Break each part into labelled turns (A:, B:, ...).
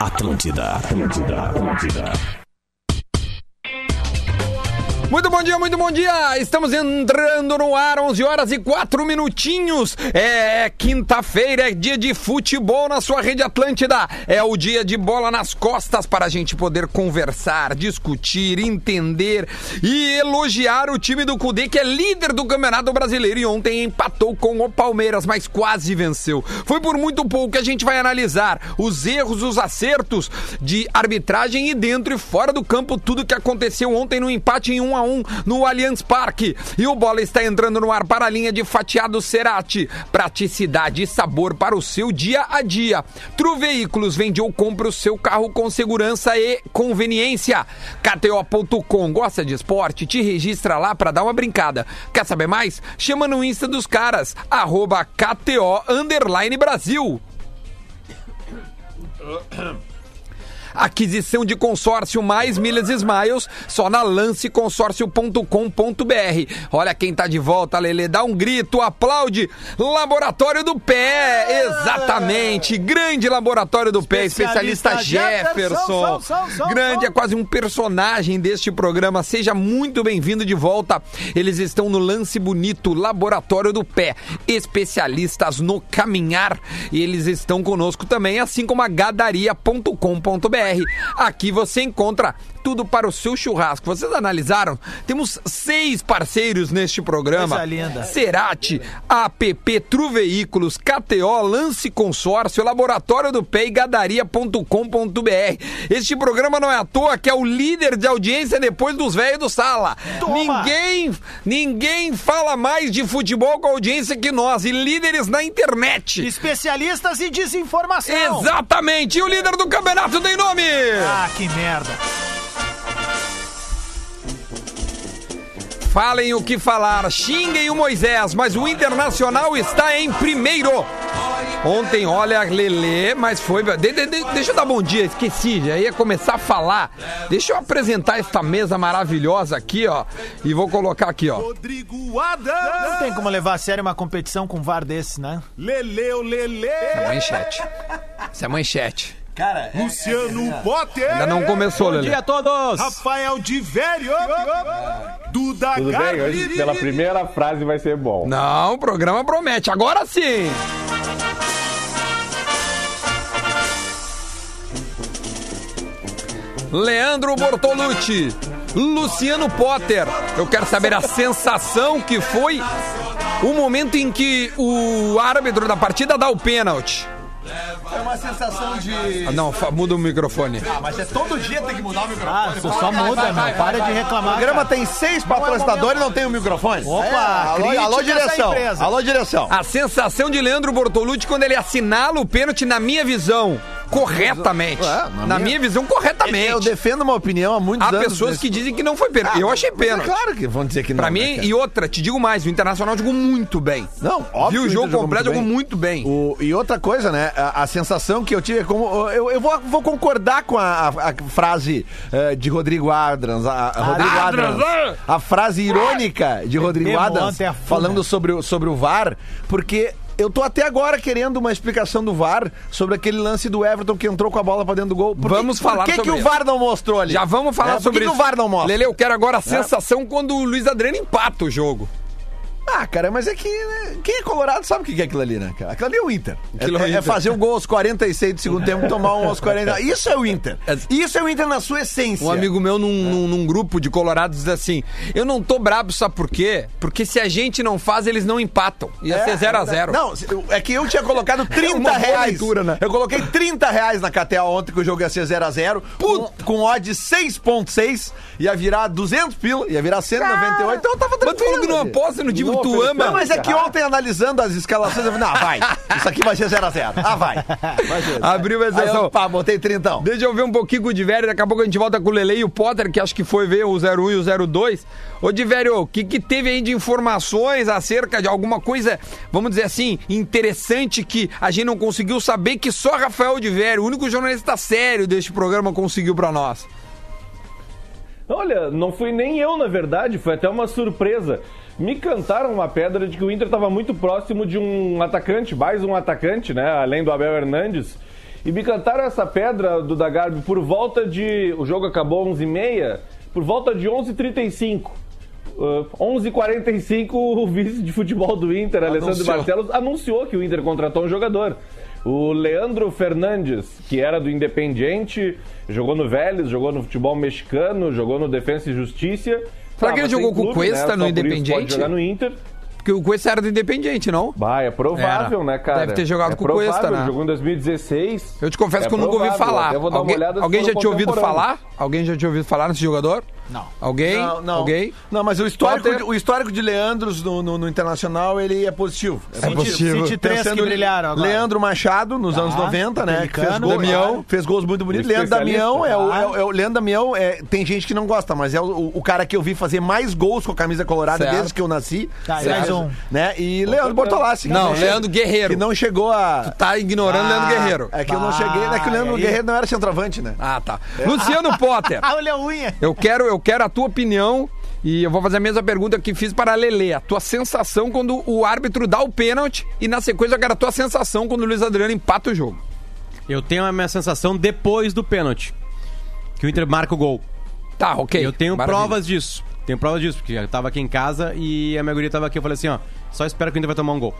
A: Atlântida, Atlântida, Atlântida.
B: Muito bom dia, muito bom dia! Estamos entrando no ar, 11 horas e 4 minutinhos. É quinta-feira, é dia de futebol na sua rede Atlântida. É o dia de bola nas costas para a gente poder conversar, discutir, entender e elogiar o time do Cudê, que é líder do Campeonato Brasileiro e ontem empatou com o Palmeiras, mas quase venceu. Foi por muito pouco que a gente vai analisar os erros, os acertos de arbitragem e dentro e fora do campo, tudo que aconteceu ontem no empate em 1 a 1 no Allianz Parque. E o bola está entrando no ar para a linha de fatiado Cerati. Praticidade e sabor para o seu dia a dia. Tru Veículos vende ou compra o seu carro com segurança e conveniência. KTO.com gosta de esporte? Te registra lá para dar uma brincada. Quer saber mais? Chama no Insta dos caras, arroba KTO Underline Brasil. Aquisição de consórcio mais milhas e smiles só na lanceconsórcio.com.br. Olha quem tá de volta, Lele. Dá um grito, aplaude. Laboratório do Pé, exatamente. Grande Laboratório do Pé, especialista,
C: Especialista
B: Jefferson.
C: Jefferson, são, são,
B: Grande,
C: são.
B: é quase um personagem deste programa. Seja muito bem-vindo de volta. Eles estão no Lance Bonito, Laboratório do Pé, especialistas no caminhar. E eles estão conosco também, assim como a gadaria.com.br. Aqui você encontra tudo para o seu churrasco. Vocês analisaram? Temos seis parceiros neste programa.
C: Coisa linda.
B: Cerati, APP Tru Veículos, KTO, Lance Consórcio, Laboratório do Pé e Gadaria.com.br. Este programa não é à toa que é o líder de audiência depois dos velhos do Sala.
C: Toma!
B: Ninguém, ninguém fala mais de futebol com a audiência que nós e líderes na internet.
C: Especialistas e desinformação.
B: Exatamente. E o líder do campeonato tem nome.
C: Ah, que merda.
B: Falem o que falar, xinguem o Moisés, mas o Internacional está em primeiro. Ontem, olha, Lele, mas foi. de- de- de- deixa eu dar bom dia, esqueci, já ia começar a falar. Deixa eu apresentar esta mesa maravilhosa aqui, ó. E vou colocar aqui, ó.
D: Rodrigo Adams,
C: Não tem como levar a sério uma competição com um VAR desse, né?
D: Leleu Lele,
B: Essa é a manchete. Essa é a manchete.
D: Luciano Potter,
B: Ainda não começou, Lele.
C: todos!
D: Rafael de Velho, Duda
E: Tudo bem?
D: Garbi,
E: Hoje, pela primeira frase, vai ser bom.
B: Não, o programa promete. Agora sim! Leandro Bortolucci, Luciano Potter. Eu quero saber a sensação que foi o momento em que o árbitro da partida dá o pênalti.
F: É uma sensação de.
B: Ah, Não, fa- muda o microfone.
F: Ah, mas é todo dia tem que mudar o microfone.
C: Ah, só, só muda, meu. Para de reclamar.
F: O programa
C: cara. é
F: tem seis patrocinadores e não tem o microfone.
C: Opa,
F: alô,
C: crítica
F: alô,
C: essa
F: direção.
C: empresa.
F: Alô, direção.
B: A sensação de Leandro Bortolucci quando ele assinala o pênalti, na minha visão, corretamente.
F: É,
B: na
F: na
B: minha,
F: minha-
B: visão, corretamente.
F: É, Eu defendo uma opinião há muitos
B: Há
F: anos.
B: pessoas
F: nesse-
B: que dizem que não foi pênalti. eu achei
F: Mas é
B: pênalti.
F: claro que vão dizer que não.
B: Pra
F: né,
B: mim,
F: cara?
B: e outra, te digo mais, o Internacional jogou muito bem.
F: Não, óbvio.
B: Viu o
F: que
B: jogo
F: Inter jogou
B: completo, jogou muito bem.
F: O- e outra coisa, né? A, a sensação que eu tive é como. Eu, eu vou, vou concordar com a, a- a frase eh, de Rodrigo Adrans. A, a Rodrigo Adrans.
B: é?
F: A frase irônica de Rodrigo
C: Bebemos
F: Adrans
C: ontem a fuma.
F: falando sobre o, sobre o VAR, porque. Eu tô até agora querendo uma explicação do VAR sobre aquele lance do Everton que entrou com a bola pra dentro do gol. Por que-
B: Vamos falar
F: por que,
B: sobre
F: que o
B: isso.
F: VAR não mostrou ali?
B: Já vamos falar
F: É, por
B: sobre
F: que
B: isso.
F: que o VAR não mostra? É.
B: Lele, eu quero agora a sensação quando o Luiz Adriano empata o jogo.
F: Ah, cara, mas é que né, quem é colorado sabe o que é aquilo ali, né? cara? Aquilo ali é o Inter. É,
B: Aquilo é o
F: é- é
B: Inter.
F: fazer o gol aos 46 do segundo tempo, tomar um aos 40. Isso é o Inter. Isso é o Inter na sua essência.
B: Um amigo meu num,
F: É.
B: num- num grupo de colorados diz assim: Eu não tô brabo, sabe por quê? Porque se a gente não faz, eles não empatam. Ia
F: É,
B: ser 0x0.
F: Não, se- eu- é que eu tinha colocado 30
B: uma boa
F: reais.
B: leitura, né?
F: Eu coloquei 30 reais na KTA ontem que o jogo ia ser 0x0. Com, com odd 6.6, ia virar 200 pila, ia virar 198. então eu tava
B: Mas tu
F: tranquilo.
B: falou que não
F: ali.
B: aposta no time que tu ama.
F: Não, mas é que ontem, analisando as escalações, eu falei, ah, vai, isso aqui vai ser 0x0. Ah, vai. Vai ser.
B: Abriu a
F: Aí
B: exceção.
F: eu, pá, botei 30.
B: Deixa eu ver um pouquinho com o Diverio, daqui a pouco a gente volta com o Lele e o Potter, que acho que foi ver o 01 e o 02. Ô Diverio, o que, que teve aí de informações acerca de alguma coisa, vamos dizer assim, interessante que a gente não conseguiu saber, que só Rafael Diverio, o único jornalista sério deste programa, conseguiu pra nós?
E: Olha, não fui nem eu, na verdade, foi até uma surpresa. Me cantaram uma pedra de que o Inter estava muito próximo de um atacante, mais um atacante, né? Além do Abel Hernandes. E me cantaram essa pedra do Dagarbi por volta de. O jogo acabou 11h30, por volta de 11h35. Uh, 11h45, o vice de futebol do Inter, Alessandro
B: Anunciou.
E: Barcelos, anunciou que o Inter contratou um jogador. O Leandro Fernandes, que era do Independiente, jogou no Vélez, jogou no futebol mexicano, jogou no Defensa e Justiça.
B: Será que ele
E: Tava sem
B: jogou com o
E: clube, né?
B: Cuesta
E: Só
B: no
E: por isso pode
B: Independiente?
E: jogar no Inter.
B: Porque o Cuesta era do Independente, não?
E: Bah, é provável,
B: Era.
E: né, cara?
B: Deve ter jogado
E: é
B: com o Cuesta,
E: provável,
B: né?
E: Jogou em 2016.
B: Eu te confesso
E: É
B: que eu nunca ouvi
E: provável,
B: falar.
E: até vou dar uma
B: Alguém,
E: olhada se
B: alguém já
E: foram
B: tinha ouvido falar?
E: contemporâneos.
B: Alguém já tinha ouvido falar nesse jogador?
C: Não.
B: Alguém?
F: Não, não.
B: Alguém?
F: Não, mas o histórico,
B: Potter.
F: de, o histórico de Leandros no, no- no Internacional, ele é positivo. É
C: Cite-
B: possível.
C: Cite três que
F: Pensando em
C: brilharam agora. Tá,
F: Leandro Machado, nos anos 90, né? Que fez,
C: Pelicano,
F: gol,
B: Damião.
F: fez gols muito bonitos.
E: Um
F: Leandro Damião é o, é, o-
C: especialista.
F: é o Leandro Damião. é- tem gente que não gosta, mas é o, o cara que eu vi fazer mais gols com a camisa colorada
B: Certo.
F: desde que eu nasci.
C: Tá, e
F: Certo.
C: mais um.
F: Né? E Leandro Bortolassi. que
B: Não,
F: che-
B: Leandro Guerreiro.
F: Que não chegou a.
B: Tá ignorando o Leandro Guerreiro.
F: É que eu não
C: Ah,
F: cheguei. É que o Leandro
C: aí.
F: Guerreiro não era centroavante, né?
B: Ah, tá. Luciano Potter.
C: Ah, olha a unha.
B: Eu quero, eu quero a tua opinião e eu vou fazer a mesma pergunta que fiz para a Lele. A tua sensação quando o árbitro dá o pênalti e na sequência eu quero a tua sensação quando o Luiz Adriano empata o jogo.
G: Eu tenho a minha sensação depois do pênalti. Que o Inter marca o gol.
B: Tá, ok.
G: eu tenho
B: Maravilha.
G: provas disso. Tenho provas disso, porque eu tava aqui em casa e a minha guria tava aqui. Eu falei assim, ó, só espero que o Inter vai tomar um gol.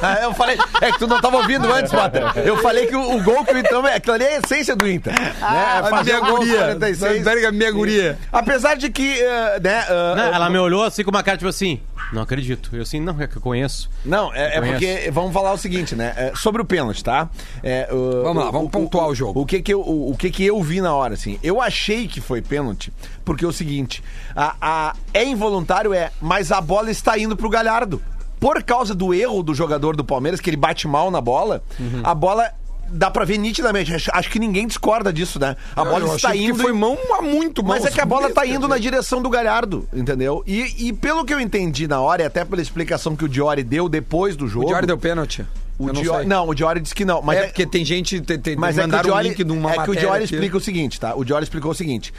F: Ah, eu falei, é que tu não tava ouvindo antes, Potter. Eu falei que o, o gol que o Inter. Aquilo ali é a essência do Inter. né? É
B: A
F: fazer
B: minha
F: o gol aos
B: Ah, guria.
F: 46.
B: Verga, minha guria.
F: Apesar de que, eh, né? eh,
G: Né? Ela me olhou assim com uma cara tipo assim, não acredito. Eu assim, não, é que eu conheço.
F: Não, é, é
G: Conheço.
F: porque vamos falar o seguinte, né? É, sobre o pênalti, tá? É, o-
B: Vamos lá, vamos pontuar o jogo.
F: O que que eu, o, o que que eu vi na hora, assim? Eu achei que foi pênalti, porque é o seguinte: a, a- é involuntário, é, mas a bola está indo pro Galhardo. Por causa do erro do jogador do Palmeiras, que ele bate mal na bola,
B: Uhum.
F: a bola. Dá pra ver nitidamente. Acho, acho que ninguém discorda disso, né? A bola
B: eu
F: está
B: achei
F: indo.
B: que foi
F: e-
B: mão a muito mão.
F: mas é que a bola tá indo
B: na
F: na direção do Galhardo, entendeu? E, e pelo que eu entendi na hora, e até pela explicação que o Diori deu depois do jogo.
B: O Diário deu pênalti?
F: O
B: Eu
F: Diori-
B: não
F: não,
B: sei.
F: o Diori disse que não. Mas
B: É, porque tem gente. Tem, tem,
F: mas é que o
B: mandaram o
F: Diori,
B: link de uma
F: é que o Diori
B: matéria aqui.
F: explica o seguinte, tá? O Diori explicou o seguinte.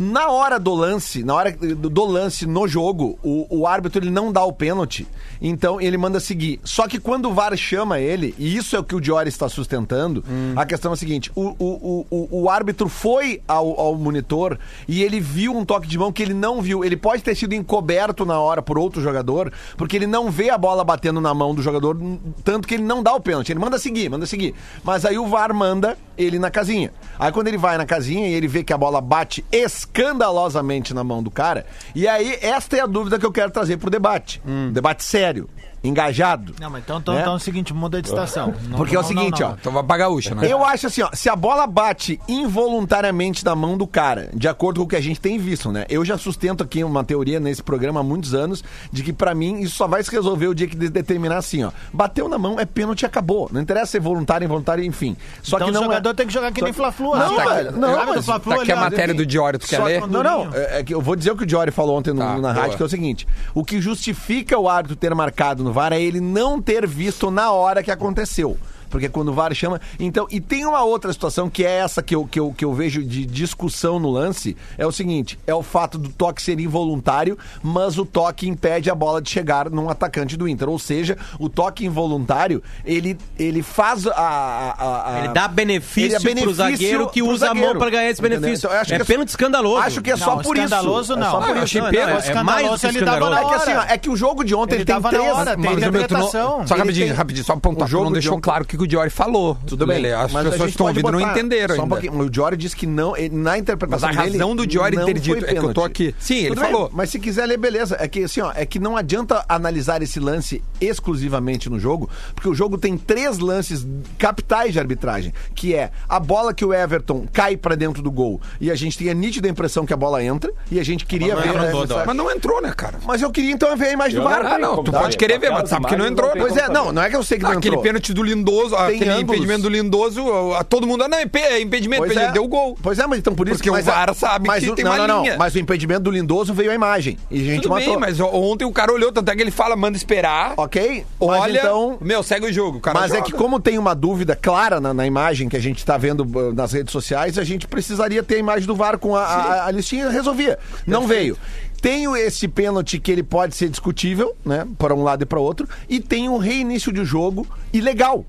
F: Na hora do lance, na hora do do lance no jogo, o, o árbitro ele não dá o pênalti, então ele manda seguir. Só que quando o VAR chama ele, e isso é o que o Diori está sustentando, a questão é a seguinte: o, o, o, o- o árbitro foi ao, ao monitor e ele viu um toque de mão que ele não viu. Ele pode ter sido encoberto na hora por outro jogador, porque ele não vê a bola batendo na mão do jogador, n- tanto que ele não dá o pênalti. Ele manda seguir, manda seguir. Mas aí o VAR manda ele na casinha. Aí quando ele vai na casinha e ele vê que a bola bate escandalosamente na mão do cara, e aí esta é a dúvida que eu quero trazer pro debate. Um debate sério, engajado.
C: Hum. Não, mas então, então,
F: Né?
C: então é o seguinte, muda de estação. Não,
F: Porque é o
C: não,
F: seguinte,
C: não,
F: ó.
C: não.
B: Então vai pra gaúcha, né?
F: Eu acho assim, ó, se a bola bate involuntariamente na mão do cara, de acordo com o que a gente tem visto, né? Eu já sustento aqui uma teoria nesse programa há muitos anos de que pra mim isso só vai se resolver o dia que de- determinar assim, ó. Bateu na mão é pênalti e acabou. Não interessa ser voluntário, involuntário, enfim. Só
C: Então
F: que
C: o
F: não
C: jogador
F: é...
C: tem que jogar que
F: Só-
C: nem Fla-Flu.
F: Não,
C: assim.
F: velho, não,
C: Sabe do
F: mas
C: Fla-Flu
B: tá aqui a
C: ali, ó?
B: matéria do Diori, tu quer
F: Só
B: ler?
F: quando- Não, não. É, é que eu vou dizer o que o Diori falou ontem no-
B: Tá,
F: na rádio,
B: boa.
F: que é o seguinte: o que justifica o árbitro ter marcado no VAR é ele não ter visto na hora que aconteceu. Porque quando o VAR chama. Então, e tem uma outra situação que é essa que eu, que eu, que eu vejo de discussão no lance: é o seguinte: é o fato do toque ser involuntário, mas o toque impede a bola de chegar num atacante do Inter. Ou seja, o toque involuntário, ele, ele faz a. a- a-
G: Ele dá benefício, pro zagueiro que
F: é pro
G: usa a
F: zagueiro,
G: mão pra ganhar esse
F: entendeu?
G: benefício.
F: Então, eu acho
G: é
F: que
G: pênalti escandaloso.
F: Acho que é
C: Não,
F: só por isso.
C: escandaloso não.
F: É só por
G: Não,
F: isso.
B: achei
G: não,
B: pênalti.
G: é mais
C: Escandaloso,
G: do que
C: ele tava na
F: É
G: escandaloso.
F: que assim, ó,
C: hora.
F: é que o jogo de ontem
C: Ele
F: ele tem
C: tava na
F: três.
C: hora, tem
B: Mas, Romeu, tu não-
C: interpretação.
B: Só
F: Ele
B: rapidinho,
F: tem-
B: rapidinho, só pra pontuar.
F: O
B: Tu não
F: jogo
B: deixou
F: de- um-
B: claro o que que o Diori falou.
F: Tudo bem.
B: Lele. As
F: Né? mas a
B: pessoas que
F: gente
B: estão
F: pode
B: ouvindo não
F: botar-
B: entenderam
F: só um
B: ainda.
F: pouquinho. o Diori disse que não, ele- na
B: Mas a
F: interpretação dele...
B: razão do Diori
F: não
B: ter
F: foi
B: dito é que eu tô
F: pênalti.
B: aqui. Sim, ele
F: Tudo bem,
B: falou.
F: mas se quiser ler, beleza. É que assim, ó, é que não adianta analisar esse lance exclusivamente no jogo, porque o jogo tem três lances capitais de arbitragem, que é a bola que o Everton cai pra dentro do gol e a gente tem a nítida impressão que a bola entra e a gente queria
G: Mas não
F: ver...
G: entrou
F: né,
G: toda hora.
B: Mas não entrou, né, cara?
F: Mas eu queria então ver a imagem
E: Eu
F: do VAR.
E: não
B: Ah, não,
E: Tem
B: tu
E: como
B: pode
E: saber.
B: querer ver, mas
E: Aquelas
B: sabe que não
E: imagens
B: entrou. né?
E: não tem
F: Pois
E: como
F: é, não,
E: saber.
F: não é que eu sei que não
B: Aquele
F: entrou.
B: pênalti do Lindoso, aquele
F: ângulos.
B: impedimento do Lindoso, a- todo mundo. Ah, não, é impe- é impedimento,
F: Pois
B: impedimento.
F: é.
B: deu gol.
F: Pois é, mas então por isso
B: Porque o
F: mas
B: VAR sabe
F: mas
B: que
F: o-
B: tem
F: não,
B: uma
F: não,
B: linha.
F: Não, mas o impedimento do Lindoso veio a imagem e é, a gente
B: Tudo
F: matou.
B: bem, mas ontem o cara olhou, tanto é que ele fala, manda esperar.
F: Ok? Mas
B: Olha,
F: então...
B: meu, segue o jogo. o cara
F: Mas é
B: joga.
F: que como tem uma dúvida clara na, na imagem que a gente está vendo uh, nas redes sociais, a gente precisaria ter a imagem do VAR com a, a, a listinha e resolvia. Não veio. Tenho esse pênalti que ele pode ser discutível, né? Para um lado e para outro. E tem um reinício de jogo ilegal.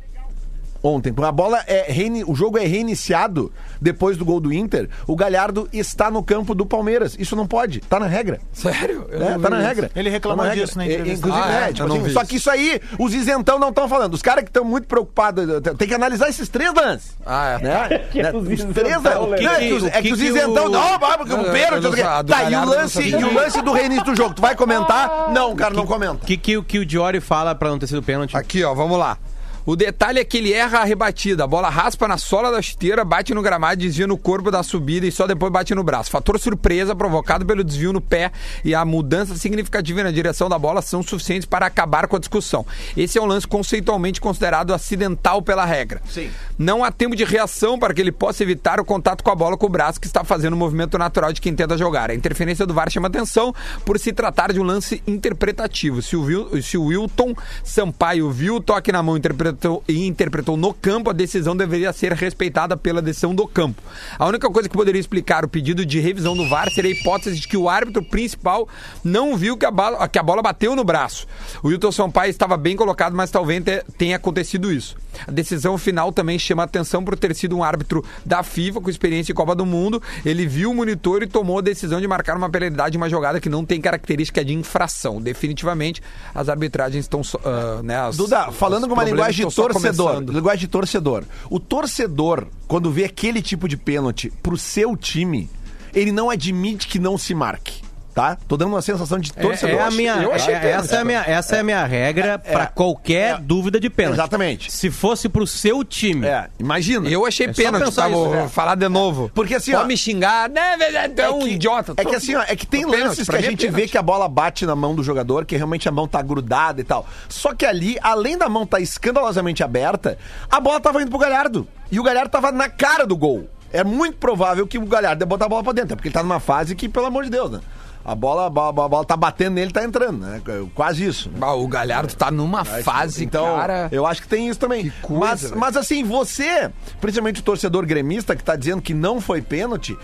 F: ontem. A bola é reini- o jogo é reiniciado depois do gol do Inter. O Galhardo está no campo do Palmeiras. Isso não pode, tá na regra.
B: Sério? Eu
F: É,
B: não
F: tá
B: vi
F: na
B: isso.
F: regra.
C: Ele reclamou
F: Tá
C: disso na
F: regra.
C: entrevista.
F: E- Inclusive,
B: Ah,
F: é,
B: é?
F: tipo
B: Eu não
F: assim,
B: vi
F: só
B: isso.
F: que isso aí, os isentão não estão falando. Os caras que estão muito preocupados. Tem que analisar esses três lances.
B: Ah, é.
F: Né?
E: Que
F: Né?
E: os
F: Os
E: isentão,
F: três lances.
E: Léo.
F: Não, É que os- é
G: O que
F: que os
G: que o-
F: isentão. Não, ah, porque
B: Não,
F: o
B: eu- eu
F: pênalti.
B: não
F: não sei o
B: sa-
F: quê.
B: do
F: Tá, e o
B: Galhardo eu não
F: lance,
B: sabia.
F: e o lance do reinício do jogo. Tu vai comentar? Não, o cara não comenta.
G: O que, que, o- que o Diori fala pra não ter sido pênalti?
B: Aqui, ó, vamos lá. O detalhe é que ele erra a rebatida. A bola raspa na sola da chuteira, bate no gramado, desvia no corpo da subida e só depois bate no braço. Fator surpresa provocado pelo desvio no pé e a mudança significativa na direção da bola são suficientes para acabar com a discussão. Esse é um lance conceitualmente considerado acidental pela regra. Sim. Não há tempo de reação para que ele possa evitar o contato com a bola com o braço que está fazendo o movimento natural de quem tenta jogar. A interferência do VAR chama atenção por se tratar de um lance interpretativo. Se o, Wil- se o Wilton Sampaio viu o toque na mão e interpretou- e interpretou no campo, a decisão deveria ser respeitada pela decisão do campo. A única coisa que poderia explicar o pedido de revisão do VAR seria a hipótese de que o árbitro principal não viu que a bala, que a bola bateu no braço. O Wilton Sampaio estava bem colocado, mas talvez te- tenha acontecido isso. A decisão final também chama atenção por ter sido um árbitro da FIFA com experiência em Copa do Mundo. Ele viu o monitor e tomou a decisão de marcar uma penalidade em uma jogada que não tem característica de infração. Definitivamente, as arbitragens estão. só, ah, né, as-
F: Duda,
B: os
F: falando com uma
B: problemas
F: linguagem de
B: estão só
F: torcedor,
B: começando.
F: linguagem de torcedor. O torcedor, quando vê aquele tipo de pênalti pro seu time, ele não admite que não se marque, tá? Tô dando uma sensação de torcedor.
G: É, é a minha,
F: Eu achei
G: é-
F: pênalti,
G: essa, é a minha, essa é a minha regra pra qualquer dúvida de
B: É,
G: pênalti.
F: Exatamente.
G: Se fosse pro seu time.
F: É, imagina.
B: Eu achei
G: É só
B: pênalti,
G: pensar
B: tá? Vou
G: isso, é.
B: vou falar de novo.
F: Porque assim,
B: Pode
F: ó,
B: me xingar, né? É, um idiota.
F: É que assim, ó, é que tem
B: Pênalti,
F: lances
B: pra
F: que
B: mim
F: a
B: é
F: gente vê
B: pênalti.
F: que a bola bate na mão do jogador, que realmente a mão tá grudada e tal. Só que ali, além da mão tá escandalosamente aberta, a bola tava indo pro Galhardo. E o Galhardo tava na cara do gol. É muito provável que o Galhardo ia botar a bola pra dentro, até porque ele tá numa fase que, pelo amor de Deus, né? A bola, a bola, a bola tá batendo nele, tá entrando, né? Quase isso. né?
B: Bah, o Galhardo tá numa fase,
F: Então,
B: cara.
F: eu acho que tem isso também.
B: coisa,
F: mas,
B: velho.
F: mas assim, você, principalmente o torcedor gremista que tá dizendo que não foi pênalti,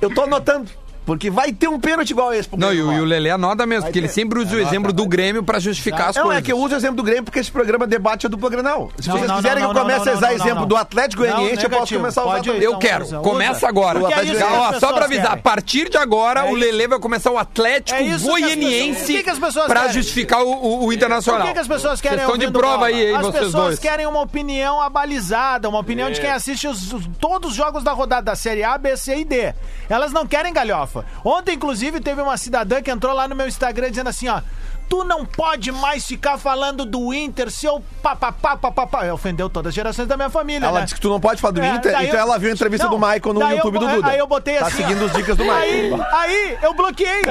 F: eu tô anotando. Porque vai ter um pênalti igual esse pro
B: Não, e
F: Grêmio
B: o, e o
F: lá.
B: Lelê anoda mesmo, porque ele sempre usa o exemplo do Grêmio pra justificar as
F: Não,
B: coisas.
F: é que eu uso o exemplo do Grêmio porque esse programa debate é dupla Grenal. Se
C: Não,
F: vocês
C: não,
F: quiserem
C: não,
F: que
C: não,
F: eu comece
C: não,
F: a usar
C: não,
F: exemplo
C: não.
F: do Atlético
C: Não,
F: Goianiente, eu posso
C: negativo.
F: começar a usar
C: Pode-
F: também.
B: Eu
C: Então,
B: quero.
C: usa, usa.
B: Começa agora.
C: Porque é isso que as
B: Ó, só
C: pessoas
B: pra avisar,
C: querem.
B: a partir de agora,
C: É
B: o Lelê vai começar o Atlético
C: É isso que as
B: Goianiense
C: pessoas- o que que as pessoas
B: pra
C: querem?
B: justificar o, o- o
C: Por
B: Internacional.
C: que, que as pessoas querem
B: Questão de
C: ouvindo
B: prova aí, hein,
C: As
B: vocês
C: pessoas
B: dois.
C: querem uma opinião abalizada, uma opinião
F: É.
C: de quem assiste os- os- todos os jogos da rodada da Série A, B, C e D. Elas não querem galhofa. Ontem, inclusive, teve uma cidadã que entrou lá no meu Instagram dizendo assim, ó... Tu não pode mais ficar falando do Inter, seu papapá, papapá. Ofendeu todas as gerações da minha família,
F: Ela
C: né?
F: disse que tu não pode falar do
C: É,
F: Inter,
C: daí
F: então
C: eu-
F: ela viu a entrevista
C: Não,
F: do Michael no
C: daí eu
F: YouTube
C: bo-
F: do Duda.
C: Aí eu botei
F: Tá
C: assim, ó.
F: seguindo as dicas do Michael.
C: Aí, aí eu bloqueei.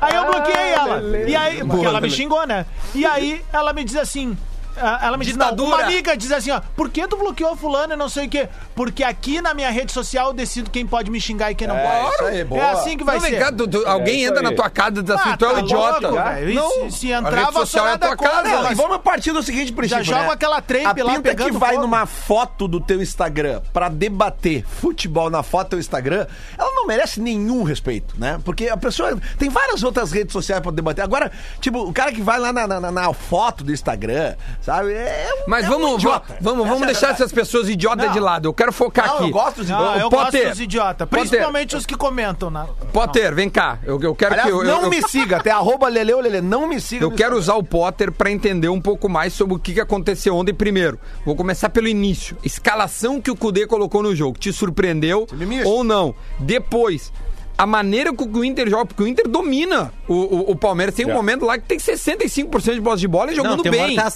C: Aí eu bloqueei ela. E aí, porque ela me xingou, né? E aí ela me diz assim. ah, Ela me diz, não,
B: Ditadura.
C: uma amiga diz assim, ó, por que tu bloqueou fulano e não sei o quê? Porque aqui na minha rede social eu decido quem pode me xingar e quem não pode.
F: isso aí, boa.
C: É assim que vai
B: Não, vem
C: ser.
B: cá, tu-
F: É,
B: tu- alguém
E: isso
B: entra
E: aí.
B: na tua casa e diz assim,
C: Ah,
B: tu é um
C: tá
B: idiota.
C: louco, velho. E se- se
B: a
C: entrava,
B: rede social é a tua
C: só nada
B: casa.
C: contra,
F: E
C: mas-
F: vamos partir do seguinte princípio,
C: joga
F: né?
C: aquela trempe
F: A
C: lá
F: pinta que
C: pegando
F: vai
C: fogo.
F: numa foto do teu Instagram pra debater futebol na foto do teu Instagram, ela não merece nenhum respeito, né? Porque a pessoa tem várias outras redes sociais pra debater. Agora, tipo, o cara que vai lá na, na- na- na foto do Instagram, sabe? É um,
B: Mas
F: é um
B: vamos,
F: idiota.
B: vamos, vamos
F: Essa é a
B: deixar
F: verdade.
B: essas pessoas idiotas de lado. Eu quero focar
F: Não, eu
B: aqui.
F: gosto dos
C: Não, Ah, eu
B: Potter,
C: gosto dos idiotas,
B: Potter.
C: principalmente os que comentam. né? Na...
B: Potter, vem cá. Eu, eu quero
F: Aliás,
B: que eu, eu-
F: não
B: eu-
F: me siga, até arroba Leleu Lele, não me siga.
B: Eu
F: no
B: quero usar o Potter para entender um pouco mais sobre o que que aconteceu ontem primeiro. Vou começar pelo início. Escalação que o Kudê colocou no jogo. Te surpreendeu
F: mimicha.
B: ou não? Depois, a maneira com que o Inter joga, porque o Inter domina o, o- o Palmeiras. Tem um momento lá que tem 65% de posse de bola e
G: Não,
B: jogando
G: tem uma hora
B: bem.
G: que tá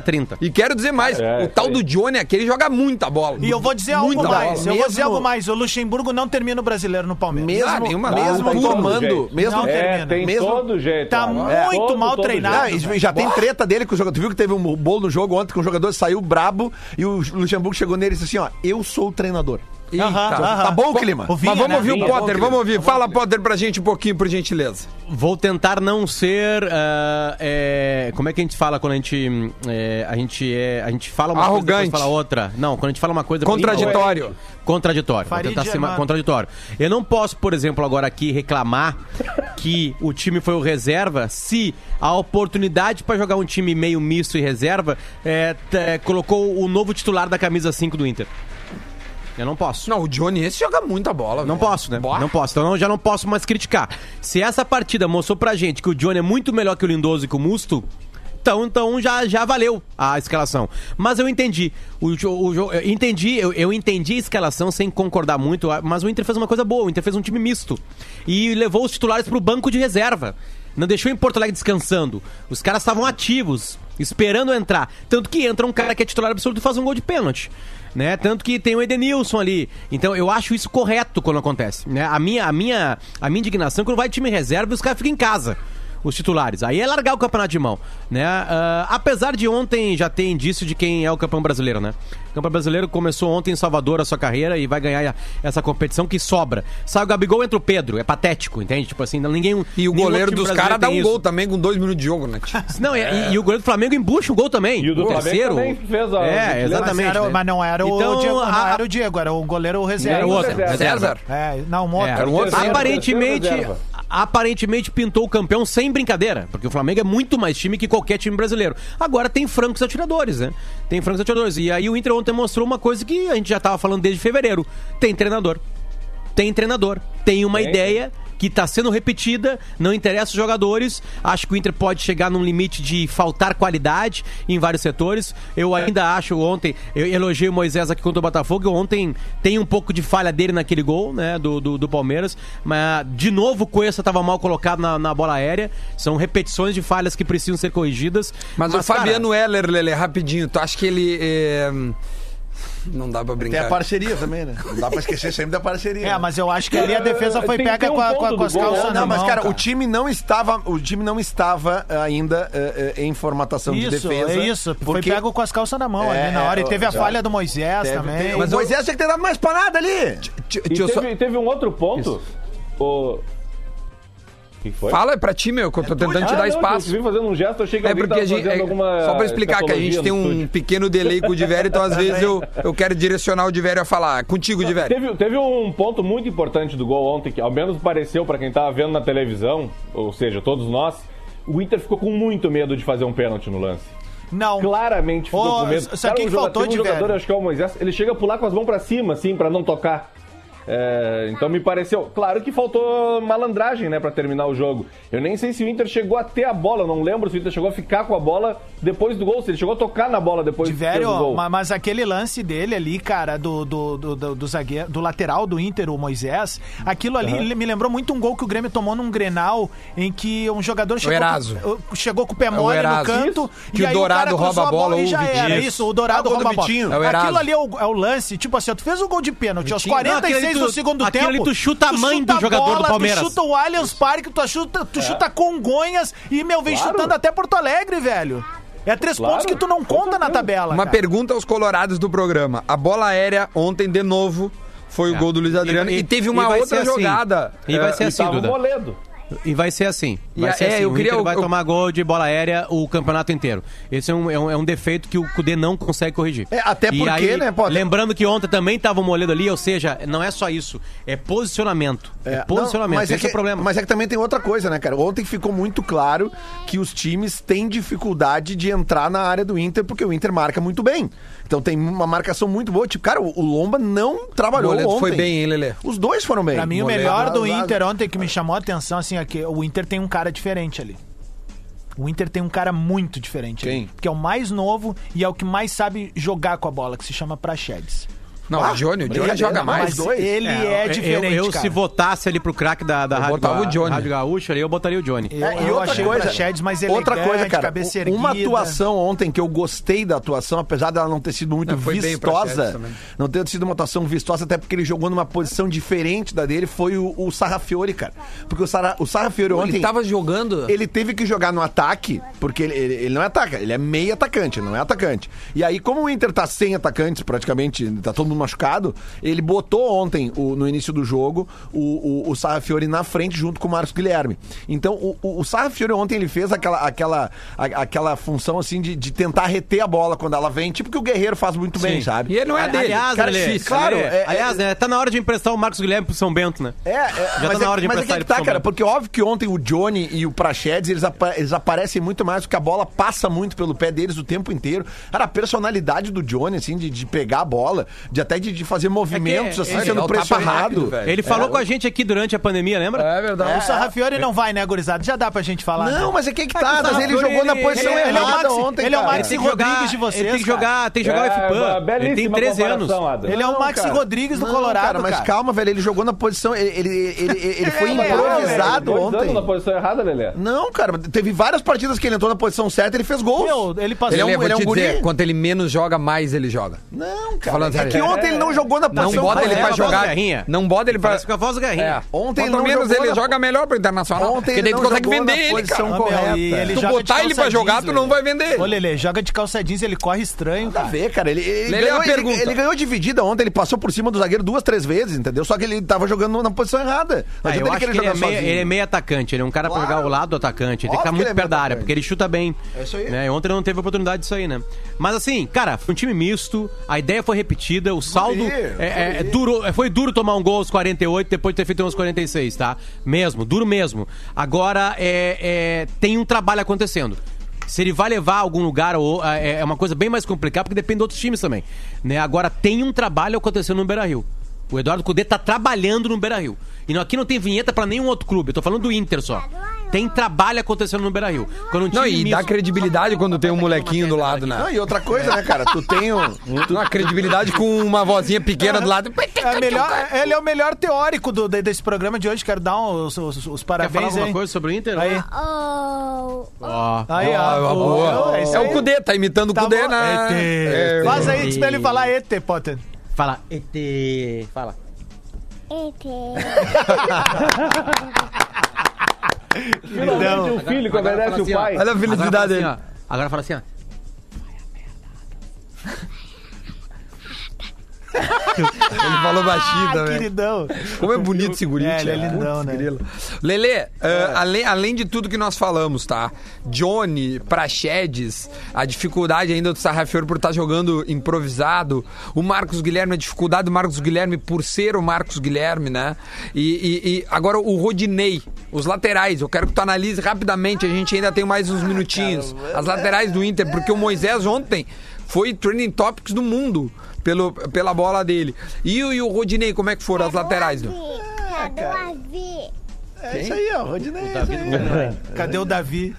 G: 70-30.
B: E quero dizer mais,
E: É,
B: o
E: isso
B: tal
E: aí.
B: do Johnny aqui, ele joga muita bola.
C: E eu vou dizer algo
B: Muita
C: mais,
B: bola.
C: eu vou dizer
F: Mesmo-
C: algo mais. O Luxemburgo não termina o brasileiro no Palmeiras.
F: Mesmo,
B: Ah, nenhuma-
F: mesmo
B: Ah, tá
E: todo
F: tomando,
E: jeito.
F: mesmo
C: Não,
E: É,
C: termina.
E: tem
F: Mesmo-
E: todo jeito.
C: Tá
E: Alan. É,
C: muito mal treinado.
F: Não,
C: Nada,
F: Ah, e
C: velho.
F: já tem treta dele com o jogador. Tu viu que teve um bolo no jogo ontem que o jogador saiu brabo e o Luxemburgo chegou nele e disse assim: ó, eu sou o treinador.
B: Eita.
F: Tá bom o clima?
C: O Vinha,
B: Mas vamos
C: né?
B: ouvir o
E: Vinha.
B: Potter, vamos ouvir. Fala, Potter, pra gente um pouquinho, por gentileza.
G: Vou tentar não ser. ah, é, como é que a gente fala quando a gente. hum, é, a gente é. A gente fala uma coisa
B: Arrogante.
G: depois fala outra. Não, quando a gente fala uma coisa.
B: Contraditório.
G: Contraditório. Vou
C: Farid
G: tentar ser mais
C: Germano.
G: contraditório. Eu não posso, por exemplo, agora aqui reclamar que o time foi o reserva se a oportunidade para jogar um time meio misto e reserva é, t- é, colocou o novo titular da camisa 5 do Inter. Eu não posso.
B: Não, o Johnny esse joga muita bola.
G: Não
B: velho.
G: posso, né?
B: Bora.
G: Não posso. Então eu já não posso mais criticar. Se essa partida mostrou pra gente que o Johnny é muito melhor que o Lindoso e que o Musto, então, então já, já valeu a escalação. Mas eu entendi. O, jo- o, jo- eu entendi, eu, eu entendi a escalação sem concordar muito, mas o Inter fez uma coisa boa, o Inter fez um time misto. E levou os titulares pro banco de reserva. Não deixou em Porto Alegre descansando. Os caras estavam ativos, esperando entrar. Tanto que entra um cara que é titular absoluto e faz um gol de pênalti né? Tanto que tem o Edenilson ali. Então eu acho isso correto quando acontece, né? A minha, a minha, a minha indignação é quando vai time reserva e os caras ficam em casa. Os titulares. Aí é largar o campeonato de mão, né? Ah, apesar de ontem já ter indício de quem é o campeão brasileiro, né? O campeão brasileiro começou ontem em Salvador a sua carreira e vai ganhar essa competição que sobra. Sai o Gabigol, entra o Pedro. É patético, entende? Tipo assim, não- ninguém...
B: E o
G: nenhum
B: goleiro
G: outro
B: dos
G: time brasileiro
B: caras dá
G: tem
B: um
G: isso.
B: gol também com dois minutos de jogo, né? tio?
G: tá? Não, e, e- e o goleiro do Flamengo embucha o gol também.
E: É. E o do Flamengo
G: terceiro.
E: também fez a-
G: É,
E: Mas
C: Mas
G: exatamente.
C: era, o-
G: né?
C: mas não era o
G: Então,
C: Diego, não
G: a-
C: era o Diego, era o goleiro reserva.
G: Era o outro.
E: Reserva.
B: César?
C: É, não, um outro.
G: É,
B: Era um outro.
E: Terceiro,
G: aparentemente,
E: terceiro reserva.
G: aparentemente pintou o campeão sem brincadeira, porque o Flamengo é muito mais time que qualquer time brasileiro. Agora tem francos atiradores, né? Tem francos atiradores. E aí o Inter ontem mostrou uma coisa que a gente já tava falando desde fevereiro. Tem treinador. Tem treinador. Tem uma
E: Tem,
G: ideia que tá sendo repetida, não interessa os jogadores. Acho que o Inter pode chegar num limite de faltar qualidade em vários setores. Eu ainda acho ontem, eu elogiei o Moisés aqui contra o Botafogo. Ontem tem um pouco de falha dele naquele gol, né, do, do, do Palmeiras. Mas de novo o Cuesta tava mal colocado na, na bola aérea. São repetições de falhas que precisam ser corrigidas.
B: Mas, o
G: cara,
B: Fabiano Heller, Lele, rapidinho, tu acha que ele. é, Não dá pra
F: Tem
B: brincar.
F: a parceria também, né? Não dá pra esquecer sempre da parceria. né?
C: É, mas eu acho que ali a defesa foi
E: Tem que
C: pega
E: ter um
C: com, a- com, a-
E: ponto
C: com as
E: do gol,
C: calças
E: né?
C: na
F: Não, mas
C: mão,
F: cara, o time não estava, o time não estava ainda eh, eh, em formatação de
C: Isso,
F: defesa.
C: é isso. Foi
F: porque
C: pego com as calças na mão
F: É,
C: ali na hora. E
F: é,
C: teve a
F: é.
C: falha do Moisés
F: teve-
C: também.
F: teve- o Moisés tinha que ter dado mais parada ali.
B: Tio,
E: E
B: tio, só-
E: teve, teve um outro ponto. O que foi? Ah,
B: Fala é pra ti, meu, que eu tô tentando te dar espaço.
E: Eu vim fazendo um gesto, achei que
B: É
E: alguém
B: porque
E: tava
B: a gente.
E: fazendo
B: é-
E: alguma
B: só pra explicar que a gente
E: escatologia
B: tem
E: no
B: um
E: estúdio.
B: pequeno delay com o Divério, então às vezes eu, eu quero direcionar o Divério a falar. Contigo, Divério.
E: Teve, teve um ponto muito importante do gol ontem, que ao menos pareceu pra quem tava vendo na televisão, ou seja, todos nós, o Inter ficou com muito medo de fazer um pênalti no lance.
C: Não.
E: Claramente ficou
C: Ô,
E: com medo.
C: sabe quem
E: um jogador-
C: faltou
E: tem um
C: de
E: jogador,
C: velho?
E: acho que é o Moisés, ele chega a pular com as mãos pra cima, assim, pra não tocar. É, então me pareceu. Claro que faltou malandragem, né, pra terminar o jogo. Eu nem sei se o Inter chegou a ter a bola, eu não lembro se o Inter chegou a ficar com a bola depois do gol, se ele chegou a tocar na bola depois
C: De
E: do
C: velho,
E: gol.
C: ma- mas aquele lance dele ali, cara, do, do, do, do, do zagueiro, do lateral do Inter, o Moisés, aquilo ali ele me lembrou muito um gol que o Grêmio tomou num Grenal, em que um jogador chegou,
B: Eraso.
C: com, chegou com o pé mole no
B: Eraso.
C: canto,
B: Que o Dourado
C: cara cruzou
B: rouba a bola
C: e
B: ou o
C: já era.
B: Vitinho.
C: Isso, o Dourado
F: É o gol do
C: rouba a bola.
F: Vitinho.
B: É o Eraso.
C: aquilo ali é o, é o lance, tipo assim, ó, tu fez o gol de pênalti aos
B: Vitinho.
C: 46
G: Não, aquele
C: do
G: tu-
C: segundo
G: aquele
C: tempo.
G: tu chuta a mãe do
C: chuta
G: jogador do
C: bola,
G: Palmeiras.
C: Tu chuta o Allianz Parque, tu chuta,
F: É.
C: tu chuta Congonhas e, meu, vem
E: Claro.
C: chutando até Porto Alegre, velho. É três
E: Claro,
C: pontos que tu não
E: com
C: conta na
E: certeza.
C: tabela.
B: Uma
C: cara.
B: pergunta aos colorados do programa. A bola aérea ontem, de novo, foi o gol do Luiz Adriano. E, teve uma
G: É. e vai ser
B: outra
G: assim.
B: jogada. É,
G: E vai ser
E: E
G: assim,
E: tava o
G: Duda.
E: Moledo.
G: E vai ser assim. Vai
B: E,
G: ser
B: é,
G: assim.
B: eu
G: o
B: queria-
G: Inter vai
B: eu-
G: tomar gol de bola aérea o campeonato inteiro. Esse é um, é um, é um defeito que o Cudê não consegue corrigir.
F: É, até
G: E
F: porque, né, Potter?
G: Lembrando que ontem também tava o Moledo ali, ou seja, não é só isso. É posicionamento. É,
F: não,
G: posicionamento.
F: mas
G: Esse é,
F: é que,
G: o problema.
F: Mas é que também tem outra coisa, né, cara? Ontem ficou muito claro que os times têm dificuldade de entrar na área do Inter, porque o Inter marca muito bem. Então tem uma marcação muito boa. Tipo, cara, o o Lomba não trabalhou
B: Moledo
F: ontem.
B: foi bem, hein, Lelê?
F: Os dois foram bem.
C: Pra mim,
B: Moledo,
C: o melhor do
F: azar.
C: Inter ontem que me chamou a atenção, assim, é que o Inter tem um cara diferente ali. O Inter tem um cara muito diferente.
F: Quem?
C: ali, Que é o mais novo e é o que mais sabe jogar com a bola, que se chama Praxedes.
B: Não, o Johnny, o Johnny
F: brincadeira,
B: joga
F: não,
B: mais.
C: Mas
F: dois?
C: ele
G: Eu-
C: é,
G: eu-
C: diferente,
G: Eu,
C: cara.
G: se votasse ali pro craque da, da rádio,
B: botava o Johnny.
G: rádio Gaúcha, ali, eu botaria o Johnny.
C: Eu,
F: É, e
C: eu
F: outra
C: achei
F: coisa,
C: o Praxedes mais elegante,
F: Outra coisa, cara,
C: cabeça
F: u-
C: erguida.
F: uma atuação ontem que eu gostei da atuação, apesar dela não ter sido muito
B: Não, foi bem o Praxedes
F: vistosa,
B: também.
F: não ter sido uma atuação vistosa, até porque ele jogou numa posição diferente da dele, foi o, o Sarrafiori, cara. Porque o, Sarra, o Sarrafiori ontem...
B: Ele tava jogando.
F: Ele teve que jogar no ataque, porque ele, ele, ele não é ataca, ele é meio atacante, não é atacante. E aí, como o Inter tá sem atacantes, praticamente, tá todo mundo mundo machucado. Ele botou ontem, o- no início do jogo, o, o, o Sarra Fiori na frente junto com o Marcos Guilherme. Então, o, o, o Sarra Fiori ontem ele fez aquela, aquela, a- aquela função assim de, de tentar reter a bola quando ela vem, tipo que o Guerreiro faz muito bem, sabe?
B: E ele não é dele.
G: Aliás,
B: cara,
G: Ale,
B: difícil.
F: claro,
G: Ale,
F: é-
G: aliás, né, tá na hora de emprestar o Marcos Guilherme pro São Bento, né?
F: É, é,
G: Já
F: mas
G: tá na
F: é-
G: hora de
F: Mas é que
G: emprestar ele
F: tá,
G: pro São
F: cara,
G: Paulo.
F: porque óbvio que ontem o Johnny e o Prachedes, eles, apa- eles aparecem muito mais, porque a bola passa muito pelo pé deles o tempo inteiro. Cara, a personalidade do Johnny, assim, de, de pegar a bola, de até de, de fazer
C: É
F: movimentos, assim,
B: ele dá
F: sendo
B: o tapa rápido,
F: pressionado.
B: velho.
G: Ele falou com a gente aqui durante a pandemia, lembra?
B: É verdade.
C: O Sarrafiori não vai, né, gurizada? Já dá pra gente falar. né?
F: Não, mas é que é que tá, mas
G: Sarrafiori,
F: ele jogou na
G: ele-
F: posição
G: ele- ele
C: é o
F: errada
C: Maxi-
F: ontem,
C: ele é o
F: cara.
C: Maxi
G: Tem que
C: Rodrigues
G: jogar-
C: de vocês,
G: Ele tem que
C: cara.
G: jogar, tem que jogar o
E: É, uma
G: F-Pan. Ele tem
E: belíssima
G: 13 anos.
E: comparação, Adam.
C: Ele é o Maxi
F: cara.
C: Rodrigues do
F: Não,
C: Colorado,
F: cara, mas
C: cara.
F: calma, velho, ele jogou na posição, ele, ele, ele, ele foi
C: Ele é errado,
F: um improvisado
E: Dois anos na
F: ontem.
E: posição errada, Lelé.
F: Não, cara, teve várias partidas que ele entrou na posição certa e ele fez gols.
C: Meu, ele passou.
B: Ele é,
F: um-
B: um, vou
F: ele é um
B: te dizer,
F: guri.
B: quanto ele menos joga, mais ele joga.
F: Não, cara,
B: Falando
F: é
B: sério.
F: que ontem ele não jogou na
B: Não
F: posição
B: bota ele
G: é
B: pra
G: uma
B: jogar.
G: garrinha.
B: Não bota ele pra. É.
G: Parece com a voz do
E: É.
G: Garrinha.
F: Ontem ele
B: Quanto
F: não
B: menos
F: jogou
B: ele
F: na-
B: joga melhor pro Internacional.
F: Ontem
B: porque
F: ele
B: daí tu
F: não
B: consegue
F: jogou na
B: vender ele,
F: posição
B: cara.
C: Ah, meu,
F: correta.
C: e ele
B: Tu
C: joga de
B: botar ele
C: calça
B: pra jogar,
C: jeans,
B: tu não
C: Lelê.
B: vai vender ele.
C: Ô, Lelê, joga de calça jeans, ele corre estranho,
F: Nada a
C: cara.
F: ver, cara. Ele, ele,
B: Lele,
F: ganhou,
B: a pergunta.
F: ele, ele ganhou dividida ontem, ele passou por cima do zagueiro duas, três vezes, entendeu? Só que ele tava jogando na posição errada. Não
G: Ah, eu
F: adianta
G: acho
F: ele
G: que
F: querer
G: ele é,
F: jogar
G: meio,
F: sozinho.
G: ele é meio atacante, ele é um cara pra
F: Claro.
G: jogar ao lado do atacante. Ele tem que
F: Óbvio
G: estar
F: que
G: muito
F: ele é
G: perto da
F: meio
G: área,
F: atacante.
G: porque ele chuta bem.
F: É isso aí.
G: Né? Ontem ele não teve oportunidade disso aí, né? Mas assim, cara, foi um time misto, a ideia foi repetida, o saldo.
F: Guri,
G: é, é,
F: guri.
G: duro, é, foi duro tomar um gol aos 48 depois de ter feito uns 46, tá? Mesmo, duro mesmo. Agora, é, é, tem um trabalho acontecendo. Se ele vai levar a algum lugar, ou, é, é uma coisa bem mais complicada, porque depende de outros times também. Né? Agora, tem um trabalho acontecendo no Beira Rio. O Eduardo Cudê tá trabalhando no Beira Rio. E não- aqui não tem vinheta pra nenhum outro clube. Eu tô falando do Inter só. Tem trabalho acontecendo no Beira Rio. Quando um
B: Não,
G: time
B: e dá
G: misto-
B: credibilidade quando tem um molequinho do lado,
F: Não,
B: né?
F: e outra coisa, né, cara? Tu tem um.
B: Uma credibilidade com uma vozinha pequena do lado.
C: É melhor, ele é o melhor teórico do, de- desse programa de hoje. Quero dar um, os, os- os
G: Quer falar
C: parabéns
G: alguma
C: hein?
G: coisa sobre o Inter? né?
C: Aí,
H: Oh,
G: Ó.
C: aí,
B: Ah,
C: ó.
B: uma
C: Ó,
B: boa.
C: é isso
B: É
C: aí.
B: o Cudê, tá imitando o
C: Tá
B: Cudê
C: bom.
B: na.
C: É,
B: É.
C: Faz aí, diz pra ele falar ET, Potter.
G: Fala, ET. Fala.
H: ET.
E: Finalmente um filho que
G: agora
B: é
E: obedece
G: fala assim,
E: o
G: ó.
E: pai.
B: Olha a felicidade
G: agora
B: dele.
G: fala assim, ó. Agora fala assim, ó.
B: Ele falou baixinho
C: Ah,
B: também.
C: queridão.
B: Como é bonito esse guri,
C: É, ele é
B: tia.
C: lindão,
B: Putz,
C: né?
B: grilo. Lelê, ah, além, além de tudo que nós falamos, tá? Johnny, Praxedes, a dificuldade ainda do Sarrafiori por estar jogando improvisado, o Marcos Guilherme, a dificuldade do Marcos Guilherme por ser o Marcos Guilherme, né? E, e- e agora o Rodinei, os laterais, eu quero que tu analise rapidamente, a gente ainda tem mais uns minutinhos. As laterais do Inter, porque o Moisés ontem foi trending topics do mundo. Pelo, pela bola dele. E, o- e o Rodinei, como é que foram as laterais? Né?
H: Cadê o Avi?
F: É isso aí, ó. Rodinei.
C: Cadê o Davi?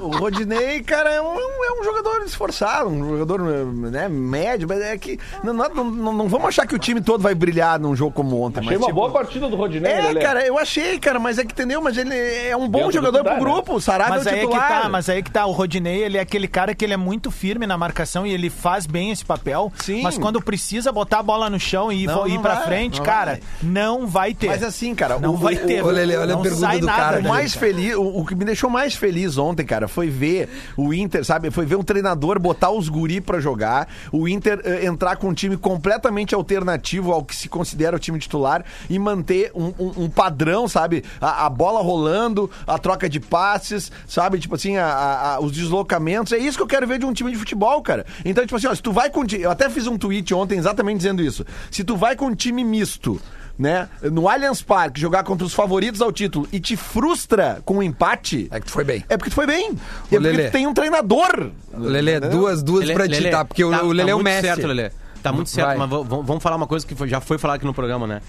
F: O Rodinei, cara, é um, é um jogador esforçado, um jogador né, médio, mas é que. Não, não, não- não vamos achar que o time todo vai brilhar num jogo como ontem.
E: Achei
F: mas,
E: uma
F: tipo,
E: boa partida do Rodinei,
F: É,
E: Lelé.
F: cara, eu achei, cara, mas é que entendeu? Mas ele é um
E: Dentro
F: bom
E: do
F: jogador
E: que dá,
F: pro
E: né?
F: grupo, o
G: Ah,
F: Sarabia
C: Mas
F: é o
C: aí que
F: titular.
C: tá, mas aí que tá. O Rodinei, ele é aquele cara que ele é muito firme na marcação e ele faz bem esse papel.
F: Sim.
C: Mas quando precisa botar a bola no chão e
F: Não,
C: vo- ir
F: não
C: pra
F: vai,
C: frente,
F: não
C: cara,
F: vai.
C: não vai ter.
F: Mas assim, cara,
C: não
F: o,
C: vai
F: o-
C: ter.
F: o-
B: olha ali, olha a
C: não
B: pergunta
C: sai
B: do
C: nada
B: cara,
F: o
C: dali,
F: mais
C: cara.
F: feliz, o, o que me deixou mais feliz ontem, cara, foi ver o Inter, sabe? Foi ver um treinador botar os guri pra jogar, o Inter eh, entrar com um time completamente alternativo ao que se considera o time titular e manter um, um- um padrão, sabe? A, a bola rolando, a troca de passes, sabe? Tipo assim, a- a- a- os deslocamentos. É isso que eu quero ver de um time de futebol, cara. Então, tipo assim, ó, se tu vai com. ti- Eu até fiz um tweet ontem exatamente dizendo isso. Se tu vai com um time misto né, no Allianz Parque jogar contra os favoritos ao título e te frustra com o empate,
B: É que tu foi bem.
F: é porque tu foi bem. é porque
B: Lelê.
F: tu tem um treinador.
B: Lelê, duas, duas
G: Lele-
B: pra ti,
G: Lele,
B: tá? Porque o,
G: tá-
B: o Lelê
G: tá
B: é o
G: muito
B: Messi.
G: certo, Lelê. Tá muito certo,
B: Vai.
G: mas v- v- vamos falar uma coisa que foi- já foi falada aqui no programa, né?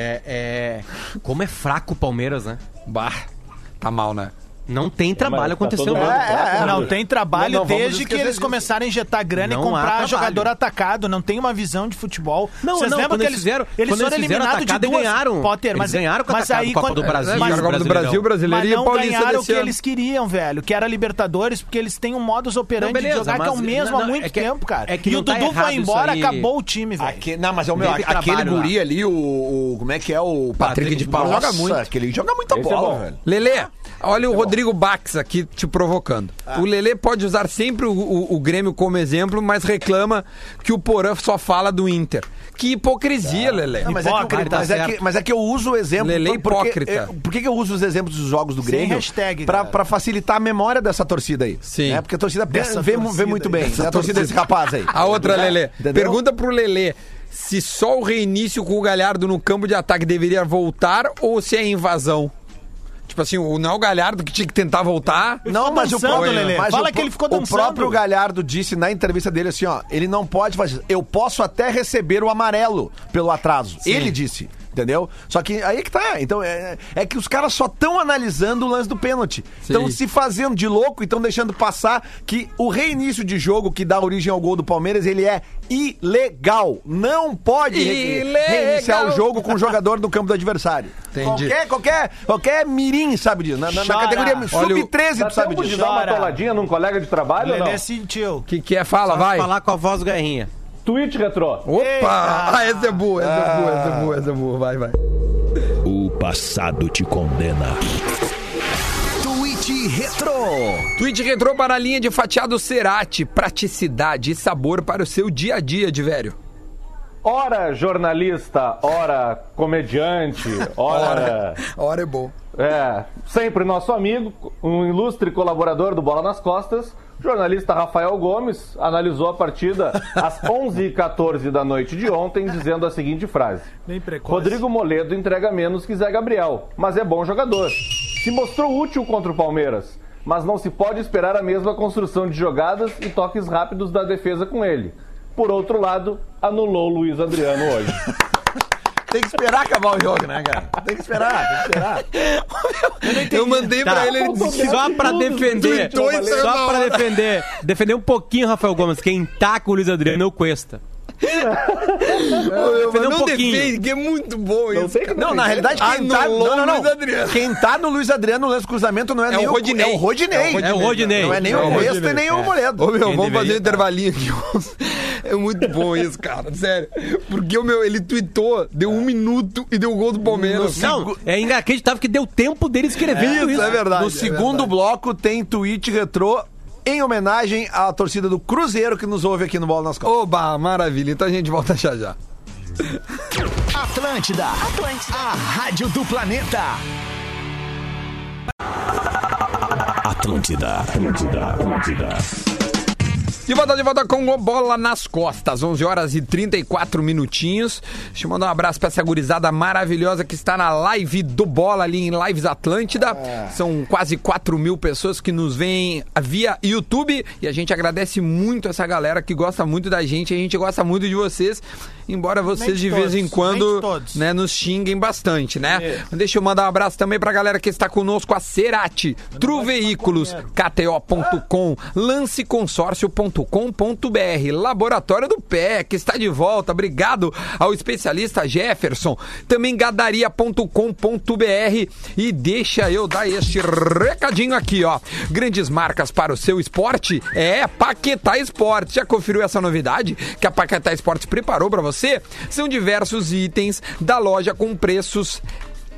G: É, é, Como é fraco o Palmeiras, né?
B: Bah, tá mal, né?
G: Não tem trabalho
E: mas tá
G: acontecendo.
E: todo mundo-
G: mano.
F: É, é,
C: Não
F: é.
C: tem trabalho
F: Não, não, vamos
C: desde que
F: esquecer
C: eles
F: disso.
C: começaram a injetar grana
G: Não
C: e
G: há
C: comprar
G: trabalho.
C: jogador atacado. Não tem uma visão de futebol.
G: Não,
C: Vocês
G: não,
C: lembram
G: quando
C: que
G: eles
C: eles
G: fizeram-
C: Eles
G: quando
C: foram
G: eles fizeram
C: eliminados de
G: atacado,
C: duas.
G: eles ganharam.
C: Potter,
G: Eles
C: mas
G: ganharam com
C: mas
G: atacado,
C: aí
G: Copa
C: quando-
G: do Brasil,
C: mas-
B: Jogaram Copa do Brasil,
C: Mas
B: Brasileiro e
C: não
B: Paulista
C: ganharam o
B: desse
C: que
B: ano.
C: eles queriam, velho, que era Libertadores, porque eles têm um modus operandi
G: Não, beleza,
C: de jogar que é o
G: mas-
C: mesmo
G: não, não,
C: há muito
G: é que-
C: tempo, cara.
G: é que
C: e
G: não
C: o
G: tá
C: Dudu
G: errado
C: foi embora,
G: isso aí.
C: acabou o time, velho.
F: Aque- não, mas é o meu,
G: Teve
F: aquele
G: trabalho lá.
F: guri ali, o, o- Como é que é o.
B: Patrick de Paula
F: Nossa,
B: joga muito.
F: Aquele joga muita
E: Esse é
F: bola,
E: bom.
F: velho.
B: Lelê, olha o Rodrigo Bax aqui te provocando.
F: Ah.
B: O Lelê pode usar sempre o, o- o Grêmio como exemplo, mas reclama que o Porã só fala do Inter. Que hipocrisia, Lelê.
F: Não, mas, é que, eu-
G: Hipócrita,
F: mas é
G: tá certo.
F: que, mas é que eu uso o exemplo.
B: Lele
F: porque-
B: hipócrita.
F: é, Por que que eu uso os exemplos dos jogos do
C: Sem
F: Grêmio?
C: hashtag,
F: pra,
C: cara.
F: pra facilitar a memória dessa torcida aí.
B: Sim.
F: Né? Porque a torcida pensa-
C: Dessa
F: vê, vê
C: torcida
F: muito
C: aí.
F: bem. né?
C: Dessa
F: a torcida desse rapaz aí.
B: A outra, Lelê.
F: Entendeu?
B: Pergunta pro Lelê se só o reinício com o Galhardo no campo de ataque deveria voltar ou se é invasão. Tipo assim, o- não é o Galhardo que tinha que tentar voltar.
F: Não,
C: ficou
F: mas o
C: dançando,
F: próprio,
C: Lelê.
F: mas
C: Fala
F: o
C: que ele ficou
F: O
C: dançando.
F: próprio Galhardo disse na entrevista dele assim, ó, ele não pode fazer. Eu posso até receber o amarelo pelo atraso. Ele disse, entendeu? Só que aí que tá. Então é, é que os caras só estão analisando o lance do pênalti. Estão se fazendo de louco e estão deixando passar que o reinício de jogo que dá origem ao gol do Palmeiras, ele é ilegal. Não pode re-
B: Ilegal.
F: reiniciar o jogo com o jogador no campo do adversário.
B: Entendi.
F: Qualquer, qualquer, qualquer mirim sabe disso. Na, na- na
C: Chora.
F: categoria
B: Olha o-
F: sub-13
E: Dá
F: tu sabe
E: tempo
F: disso.
E: um de dar uma
C: Chora.
E: coladinha num colega de trabalho ou não?
C: Lelê sentiu.
B: O que, que é? Fala, vai.
G: Falar com a voz do Guerrinha.
E: Twitch retrô.
B: Opa!
C: Eita!
B: Ah, essa é boa, essa é boa, essa é boa, essa é boa. Vai, vai.
A: O passado te condena.
F: Twitch Retro.
B: Tweet retrô para a linha de fatiado Cerati. Praticidade e sabor para o seu dia a dia de velho.
E: Ora jornalista, ora comediante, ora...
B: A hora é bom.
E: É, sempre nosso amigo, um ilustre colaborador do Bola nas Costas, o jornalista Rafael Gomes analisou a partida às 11h14 da noite de ontem, dizendo a seguinte frase:
C: Bem precoce.
E: Rodrigo Moledo entrega menos que Zé Gabriel, mas é bom jogador. Se mostrou útil contra o Palmeiras, mas não se pode esperar a mesma construção de jogadas e toques rápidos da defesa com ele. Por outro lado, anulou o Luiz Adriano hoje.
F: Tem que esperar acabar o jogo, né, cara? Tem que esperar, tem que esperar.
B: Eu mandei pra ele, ele disse que
G: Só pra defender.
B: tweetou e saiu na
G: Só pra
B: hora.
G: defender. Defender um pouquinho, Rafael Gomes. Quem tá com o Luiz Adriano é o Cuesta.
B: eu,
G: defender um
B: não
G: pouquinho.
B: defende, que é muito bom isso. cara.
F: Não, na realidade, quem tá,
B: Anulou
F: não, não, não.
B: o Luiz Adriano.
F: quem tá no Luiz Adriano no lance de cruzamento não é,
B: É
F: nem
B: o Rodinei.
F: É o Rodinei.
G: É o Rodinei.
F: Não é nem
B: É o
F: o
B: Rodinei.
F: Cuesta e nem o Moledo.
B: Ô, meu,
G: Quem
B: vamos fazer um
G: deveria,
B: intervalinho aqui. É muito bom isso, cara. Sério. Porque o meu, ele tweetou, deu um minuto e deu o gol do Palmeiras.
G: Não, é inacreditável que deu tempo dele escrevendo isso.
F: é verdade. No
G: No
F: segundo bloco tem tweet retrô em homenagem à torcida do Cruzeiro que nos ouve aqui no Bola nas Costas.
B: Oba, maravilha. Então a gente volta já já.
I: Atlântida, a rádio do planeta.
A: Atlântida, Atlântida, Atlântida.
B: De volta, de volta com o Bola nas Costas, 11 horas e 34 minutinhos. Deixa eu mandar um abraço pra essa gurizada maravilhosa que está na live do Bola, ali em Lives Atlântida.
C: É.
B: São quase 4 mil pessoas que nos veem via YouTube e a gente agradece muito essa galera que gosta muito da gente. A gente gosta muito de vocês, embora vocês
C: Nem
B: de vez
C: todos,
B: em quando
C: nem todos.
B: né, nos xinguem bastante, né? Deixa eu mandar um abraço também pra galera que está conosco, a Cerati, Tru Veículos, KTO.com, lanceconsórcio.com.br, Laboratório do Pé, que está de volta, obrigado ao especialista Jefferson, também gadaria.com.br e deixa eu dar Tá este recadinho aqui, ó. Grandes marcas para o seu esporte é Paquetá Esportes. Já conferiu essa novidade que a Paquetá Esportes preparou pra você? São diversos itens da loja com preços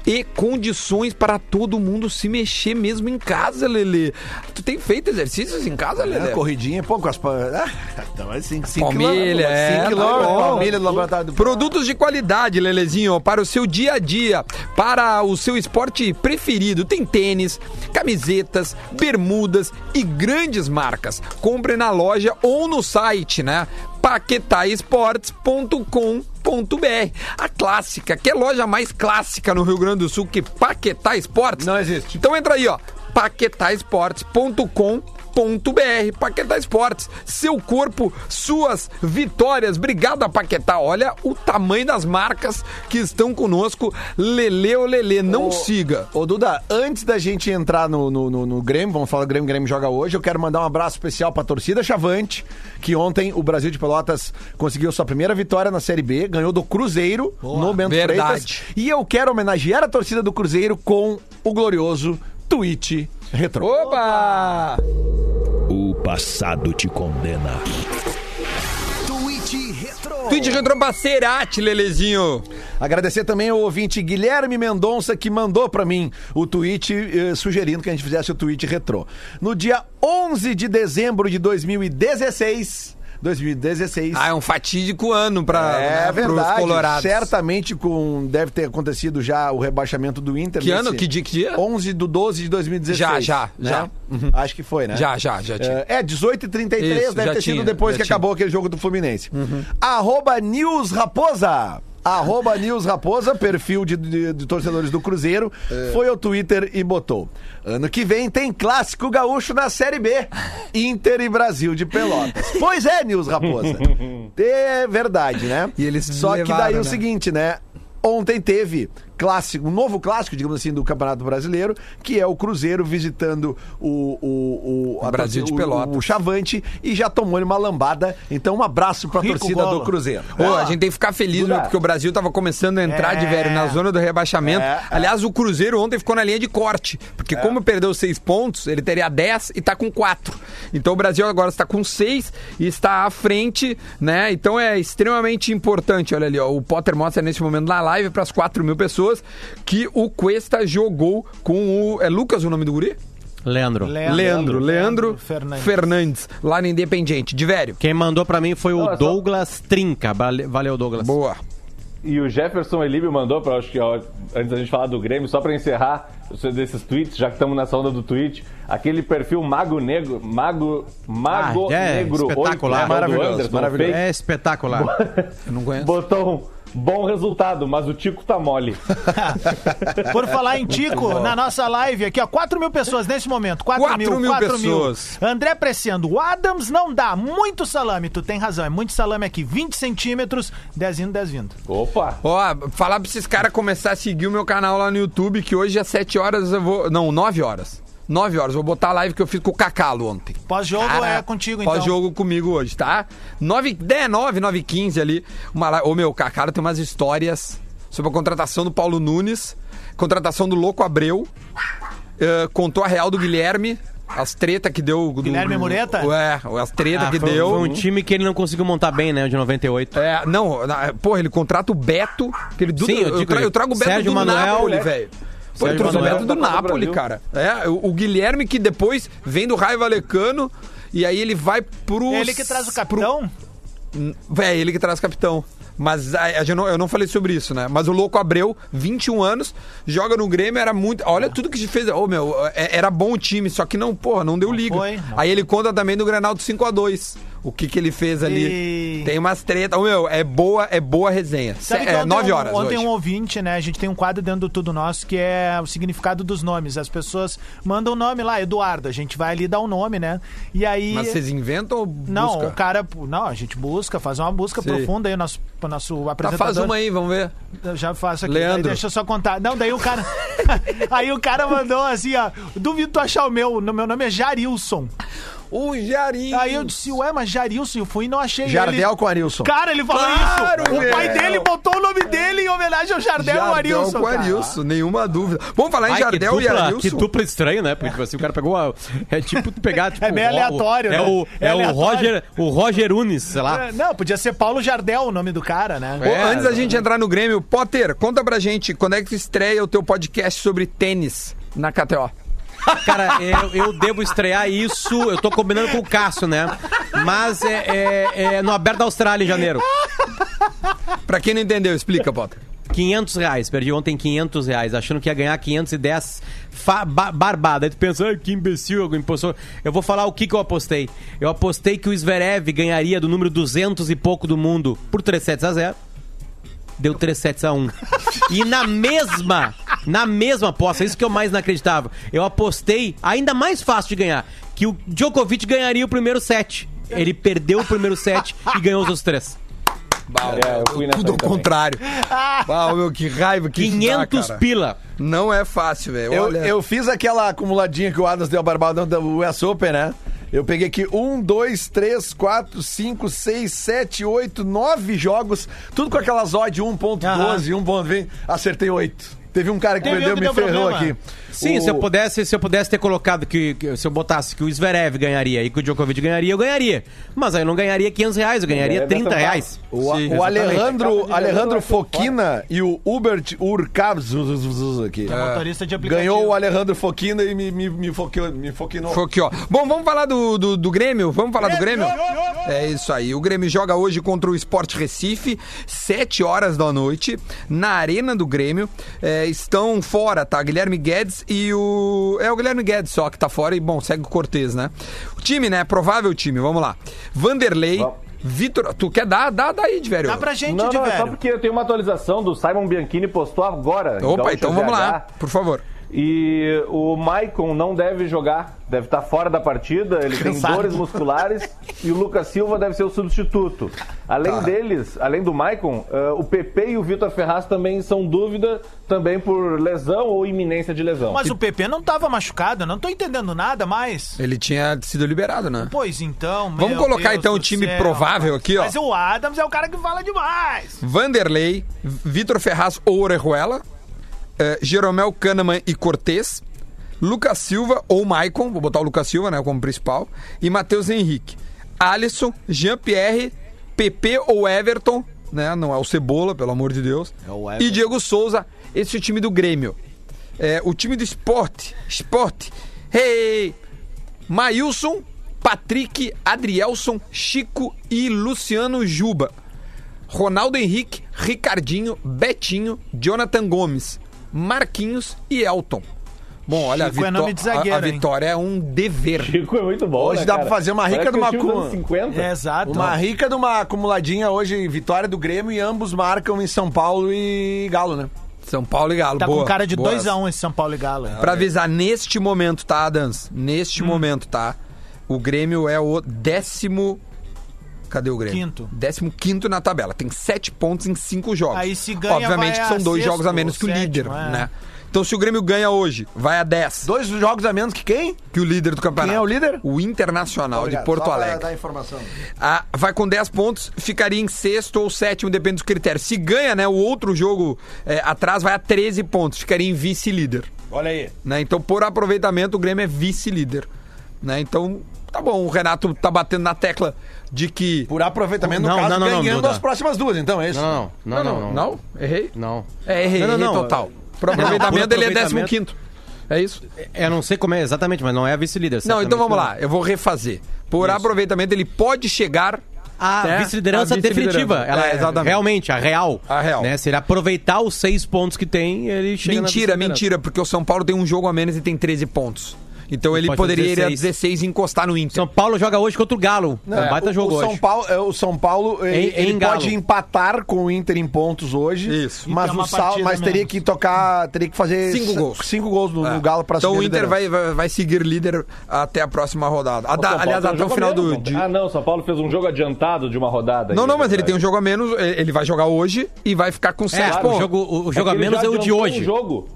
B: e condições para todo mundo se mexer mesmo em casa, Lelê. Tu tem feito exercícios em casa, Lelê?
F: É, Corridinha, pô, com as. pa- Ah, então é 5
B: Palmilha, é, tá bom.
F: Palmilha do laboratório do
B: Produtos de qualidade, Lelezinho, para o seu dia a dia, para o seu esporte preferido. Tem tênis, camisetas, bermudas e grandes marcas. Compre na loja ou no site, né? paquetaesportes.com.br A clássica, que é a loja mais clássica no Rio Grande do Sul que Paquetá Esportes.
F: Não existe.
B: Então entra aí, ó, paquetaesportes.com.br Paquetá Esportes, seu corpo, suas vitórias. Obrigado, Paquetá. Olha o tamanho das marcas que estão conosco. Lele ou Lele, não siga.
F: Ô Duda, antes da gente entrar no, no, no- no Grêmio, vamos falar do Grêmio, o Grêmio joga hoje, eu quero mandar um abraço especial pra torcida Chavante, que ontem o Brasil de Pelotas conseguiu sua primeira vitória na Série B, ganhou do Cruzeiro no Bento
B: Verdade.
F: Freitas. E eu quero homenagear a torcida do Cruzeiro com o glorioso tweet retrô.
B: Opa!
A: O passado te condena.
I: Twitch Retro.
B: Tweet retrô pra Cerati, um Lelezinho.
F: Agradecer também ao ouvinte Guilherme Mendonça, que mandou pra mim o tweet eh, sugerindo que a gente fizesse o tweet retrô. No dia 11 de dezembro de 2016. 2016.
B: Ah, é um fatídico ano para
F: É
B: os
F: verdade.
B: né? colorados.
F: Certamente com, deve ter acontecido já o rebaixamento do Inter.
B: Que
F: nesse-
B: ano? Que dia? Que dia?
F: 11 de 12 de 2016.
B: Já, já,
F: né?
B: já.
F: Uhum. Acho que foi, né?
B: Já, já, já tinha.
F: É, 18 e 33
B: Isso,
F: deve
B: já
F: ter
B: tinha,
F: sido depois
B: já
F: que
B: tinha.
F: acabou aquele jogo do Fluminense. Arroba News Raposa. Arroba News Raposa, perfil de, de- de torcedores do Cruzeiro,
B: É.
F: foi ao Twitter e botou. Ano que vem tem clássico gaúcho na Série B. Inter e Brasil de Pelotas. pois é, News Raposa. É verdade, né?
B: E eles
F: Só que daí
B: levaram,
F: o
B: né?
F: seguinte seguinte, né? Ontem teve clássico, um novo clássico, digamos assim, do Campeonato Brasileiro, que é o Cruzeiro visitando o, o, a
B: Brasil de
F: torcida- o-
B: Pelotas.
F: o, Chavante e já tomou uma lambada. Então, um abraço pra
C: Rico
F: torcida
C: bola.
F: do Cruzeiro.
B: Ô, a gente tem que ficar feliz,
F: Duda.
B: meu, porque o Brasil tava começando a entrar de
C: É.
B: velho na zona do rebaixamento.
F: É.
B: Aliás, o Cruzeiro ontem ficou na linha de corte, porque como perdeu seis pontos, ele teria 10 e tá com quatro. Então o Brasil agora está com seis e está à frente, né? Então é extremamente importante, olha ali, ó, o Potter mostra nesse momento na live para as 4 mil pessoas que o Cuesta jogou com o... É Lucas o nome do guri?
G: Leandro.
B: Leandro. Leandro,
C: É, Fernandes.
B: Fernandes. lá no Independiente. De velho.
G: Quem mandou pra mim foi o
E: Olha só.
G: Douglas Trinca. Vale- Valeu, Douglas.
B: Boa.
E: E o Jefferson Elibe mandou, pra, acho que ó, antes da gente falar do Grêmio, só pra encerrar isso desses tweets, já que estamos nessa onda do tweet, aquele perfil Mago Negro, Mago, Mago
G: Ah, é,
E: Negro, oito,
G: espetacular.
E: né, do
G: Maravilhoso,
E: Anderson,
F: maravilhoso.
E: fake,
G: É espetacular.
B: Eu não conheço.
E: botou um bom resultado, mas o Tico tá mole.
C: Por falar em Tico, na nossa live aqui, ó, 4 mil pessoas nesse momento. 4,
B: Quatro
C: mil,
B: mil
C: 4
B: pessoas.
C: mil. André Pressendo, o Adams não dá, muito salame. Tu tem razão, é muito salame aqui. 20 centímetros, 10 indo, 10 vindo.
E: Opa!
B: Ó, falar pra esses caras começar a seguir o meu canal lá no YouTube, que hoje às 7 horas eu vou. Não, 9 horas. 9 horas, vou botar a live que eu fiz com o Cacalo ontem.
C: Pós-jogo
B: Cara,
C: é contigo, então.
B: Pós-jogo comigo hoje, tá? 9, 10, 9, 9 15 ali. Uma live... Ô meu, o Cacalo tem umas histórias sobre a contratação do Paulo Nunes, contratação do Louco Abreu, eh, contou a real do Guilherme, as treta que deu. do-
C: Guilherme
B: do-
C: Mureta?
B: É, as treta
E: Então,
G: Ah,
B: que
G: foi,
B: deu.
G: foi um time que ele não conseguiu montar bem, né? O de 98.
B: É, não, na- porra, ele contrata o Beto. Que ele, do-
G: Sim, eu
B: eu,
G: digo
B: tra-
G: ele.
B: eu trago o Beto
G: Sérgio
B: do
G: Manuel,
B: Napoli,
G: né?
B: velho. Pô, ele
G: Sérgio
B: trouxe o
G: Manuel
B: Beto do
E: da Copa do
B: Napoli,
E: Brasil.
B: cara. É, o, o Guilherme que depois vem do Raio Valecano e aí ele vai pro.
C: É Ele que traz o capitão.
B: Véi, É, ele que traz o capitão. Mas a, a gente não- eu não falei sobre isso, né? Mas o Louco Abreu, 21 anos, joga no Grêmio, era muito. Olha tudo que a gente fez. Ô, meu, é- era bom o time, só que não, porra, não deu liga.
C: foi, não.
B: Aí ele conta também do Granal do 5x2. O que, que ele fez ali.
C: E-
B: Tem umas tretas. Ô, meu, é boa, é boa resenha.
C: Sabe que
B: é,
C: ontem
B: 9
C: um-
B: horas.
C: Ontem
B: hoje.
C: um ouvinte, né? A gente tem um quadro dentro do Tudo Nosso que é o significado dos nomes. As pessoas mandam o nome lá, Eduardo. A gente vai ali dar o nome, né? E aí.
B: Mas vocês inventam ou
C: Não,
B: busca?
C: o cara. Não, a gente busca, faz uma busca
B: Sim.
C: profunda aí, o nosso, o nosso
B: Tá,
C: apresentador.
B: faz uma aí, vamos ver.
C: Eu já faço aqui.
B: Leandro.
C: Aí deixa eu só contar. Não, daí o cara. aí o cara mandou assim, ó. Duvido tu achar o meu. O meu nome é Jarilson.
B: O Jarim.
C: Aí eu disse, ué, mas Jarilson, eu fui e não achei
F: Jardel
C: ele.
F: com Arilson.
C: Cara, ele falou
B: Claro,
C: isso. O pai
B: meu.
C: dele botou o nome dele em homenagem ao Jardel,
B: Jardel
C: Jardel Arilson.
B: com
C: cara.
B: Arilson, nenhuma dúvida. Vamos falar em
G: Ai,
B: Jardel
G: que dupla,
B: e Arilson.
G: Que dupla estranho, né? Porque tipo assim, o cara pegou. a- é tipo tu pegar. Tipo,
C: É meio
G: o Ro-
C: aleatório,
G: é
C: né?
G: O, é
C: É
G: o
C: aleatório.
G: Roger, o Roger Unes, sei lá.
C: É, Não, podia ser Paulo Jardel o nome do cara, né?
B: Ô,
G: É,
B: antes da
G: não-
B: gente entrar no Grêmio, Potter, conta pra gente quando é que tu estreia o teu podcast sobre tênis na KTO.
G: Cara, eu, eu devo estrear isso. Eu tô combinando com o Cássio, né? Mas é, é- é no Aberto da Austrália em janeiro.
B: Pra quem não entendeu, explica, Potter.
G: 500 reais, perdi ontem 500 reais, achando que ia ganhar 510 fa- ba- barbada. Aí tu pensa, "Ai, que imbecil, algum impostor. Eu vou falar o que, que eu apostei. Eu apostei que o Zverev ganharia do número 200 e pouco do mundo por 3 sets a 0. Deu 3 sets a 1. E na mesma, na mesma aposta, isso que eu mais não acreditava, eu apostei, ainda mais fácil de ganhar, que o Djokovic ganharia o primeiro set. Ele perdeu o primeiro set e ganhou os outros três.
E: É, eu fui nessa
B: Tudo
E: aí
B: ao
E: também.
B: contrário. Uau, meu, que raiva que isso dá,
G: 500
B: cara.
G: pila.
B: Não é fácil, velho.
F: Eu,
B: Olha,
F: eu fiz aquela acumuladinha que o Adams deu a barbada da US Open, né? Eu peguei aqui um, dois, três, quatro, cinco, seis, sete, um oito, nove jogos. Tudo com aquelas odds 1.12, 1.20. Acertei oito. Teve um cara que
C: Teve um
F: perdeu,
C: que
F: me
C: deu
F: ferrou
C: problema.
F: aqui.
G: Sim,
F: O-
G: se eu pudesse, se eu pudesse ter colocado que, que- se eu botasse que o Zverev ganharia e que o Djokovic ganharia, eu ganharia. Mas aí eu não ganharia 500 reais, eu ganharia
E: ganharia
G: 30
E: centavos.
G: reais.
F: O, o
G: Sim, exatamente.
F: Alejandro,
E: Acaba de
F: Alejandro
E: ganhar,
F: Foquina e o Hubert Urcabs aqui.
B: É.
C: Motorista de aplicativo.
F: Ganhou o Alejandro Foquina e me, me, me, foqueou- me foquinou.
B: Foi aqui, ó. Bom, vamos falar do, do, do Grêmio? Vamos falar do Grêmio? É isso aí. O Grêmio joga hoje contra o Sport Recife, 7 horas da noite, na Arena do Grêmio. É, estão fora, tá? Guilherme Guedes e o. É o Guilherme Guedes só que tá fora e, bom, segue o Cortez, né? O time, né? Provável time, vamos lá. Vanderlei. Vitor, tu quer dar? Dá daí, de velho.
C: Dá pra gente,
E: Não,
C: de
E: não, é só
C: velho.
E: porque eu tenho uma atualização do Simon Bianchini postou agora.
B: Opa,
E: Gaúcha
B: então vamos lá,
E: GH.
B: por favor.
E: E o Maicon não deve jogar, deve estar fora da partida, ele tem dores musculares e o Lucas Silva deve ser o substituto. Além
B: Tá.
E: deles, além do Maicon, eh, o PP e o Vitor Ferraz também são dúvida, também por lesão ou iminência de lesão.
C: Mas o PP não tava machucado, eu não tô entendendo nada mais.
B: Ele tinha sido liberado, né?
C: Pois então,
B: Vamos
C: meu
B: colocar
C: Deus
B: então o
C: do
B: time
C: céu.
B: provável aqui, ó.
C: Mas o Adams é o cara que fala demais.
B: Vanderlei, Vitor Ferraz ou Orejuela, eh, Jeromel Kahneman e Cortez, Lucas Silva ou Maicon, vou botar o Lucas Silva né, como principal, e Matheus Henrique. Alisson, Jean-Pierre, PP ou Everton, né, não é o Cebola, pelo amor de Deus,
C: É o
B: e
C: Everton.
B: Diego Souza, esse é o time do Grêmio. É, o time do esporte, esporte, hey, Mailson, Patrick, Adrielson, Chico e Luciano Juba. Ronaldo Henrique, Ricardinho, Betinho, Jonathan Gomes, Marquinhos e Elton. Bom, olha, a,
C: Chico é
B: vitó-
C: nome de zagueiro,
B: a- a
C: hein?
B: vitória é um dever.
E: Chico é muito bom.
F: Hoje
E: né,
F: dá pra
E: cara?
F: fazer uma rica
E: Parece
F: de uma
E: que o time dos
F: cu-
E: anos 50.
C: É, exato.
F: Uma rica de uma acumuladinha hoje, vitória do Grêmio e ambos marcam em São Paulo e Galo, né?
B: São Paulo e Galo.
C: Tá
B: boa,
C: com cara de
B: boa
C: 2x1 esse São Paulo e Galo. hein?
B: Pra avisar, neste momento, tá, Adams?
C: Hum.
B: Neste momento, tá? O Grêmio é o décimo. Cadê o Grêmio?
C: Quinto.
B: Décimo quinto na tabela. Tem sete pontos em cinco jogos.
C: Aí se ganha,
B: Obviamente
C: vai
B: que são
C: a
B: dois
C: sexto
B: jogos a menos que
C: ou
B: o líder,
C: sétimo, é.
B: né? Então, se o Grêmio ganha hoje, vai a 10,
F: Dois jogos a menos que quem?
B: que o líder do campeonato.
F: Quem é o líder?
B: O Internacional de
F: Obrigado.
B: Porto
F: Só pra
B: Alegre.
F: dar informação.
B: Ah, vai com 10 pontos, ficaria em sexto ou sétimo, depende dos critérios. Se ganha, né, o outro jogo eh, atrás vai a 13 pontos, ficaria em vice-líder.
F: Olha aí.
B: né? Então, por aproveitamento, o Grêmio é vice-líder. Né? Então, tá bom, o Renato tá batendo na tecla de que.
F: Por aproveitamento,
G: Não,
F: no caso,
G: não, não, não,
F: ganhando
G: Duda.
F: as próximas duas, então, é isso?
G: Não, não, não, não. Não?
B: Errei?
G: Não.
B: É, errei,
G: Não, não,
B: errei
G: não.
B: total. Por aproveitamento,
G: Por
B: ele é décimo
G: aproveitamento.
B: quinto. É isso?
G: Eu não sei como é exatamente, mas não é a vice-líder.
B: Não, então
G: certamente
B: vamos lá, eu vou refazer. Por aproveitamento, ele pode chegar.
G: A
B: né,
G: vice-liderança
B: à vice-liderança.
G: definitiva. Ela
B: É,
G: é,
B: exatamente.
G: realmente, a real.
B: A real.
G: Né? Se ele aproveitar os seis pontos que tem, ele chega na
B: Mentira,
G: vice-liderança.
B: mentira, porque o São Paulo tem um jogo a menos e tem 13 pontos. Então ele
G: pode ter
B: poderia ir a
G: 16.
B: 16 e encostar no Inter.
G: São Paulo joga hoje contra o Galo. É um baita
F: o,
G: jogo
F: o São
G: hoje.
F: Paulo, é, o São Paulo ele,
G: Em- em
F: ele
G: Galo.
F: pode empatar com o Inter em pontos hoje,
B: Isso.
F: mas
C: E ter
F: o
C: uma
F: Sal,
C: partida
F: mas teria
C: menos.
F: que tocar, teria que fazer
B: Cinco
F: c-
B: gols.
F: cinco gols no, no Galo para
B: Então o Inter vai, vai, vai seguir líder até a próxima rodada. A da-
E: São Paulo
B: aliás,
G: tá
B: até
E: tem um
B: o
E: jogo a
B: final do.
E: menos.
B: de-
E: Ah, não, São Paulo fez um jogo adiantado de uma rodada.
B: Não,
E: aí,
B: não,
E: é
B: mas ele
E: verdade.
B: tem um jogo a menos, ele ele vai jogar hoje e vai ficar com
G: É,
B: 7
G: o
B: pontos.
G: jogo, o- o jogo
E: É
G: a
E: que ele
G: menos
E: já
G: é o de
E: adiantou um
G: hoje.
E: jogo.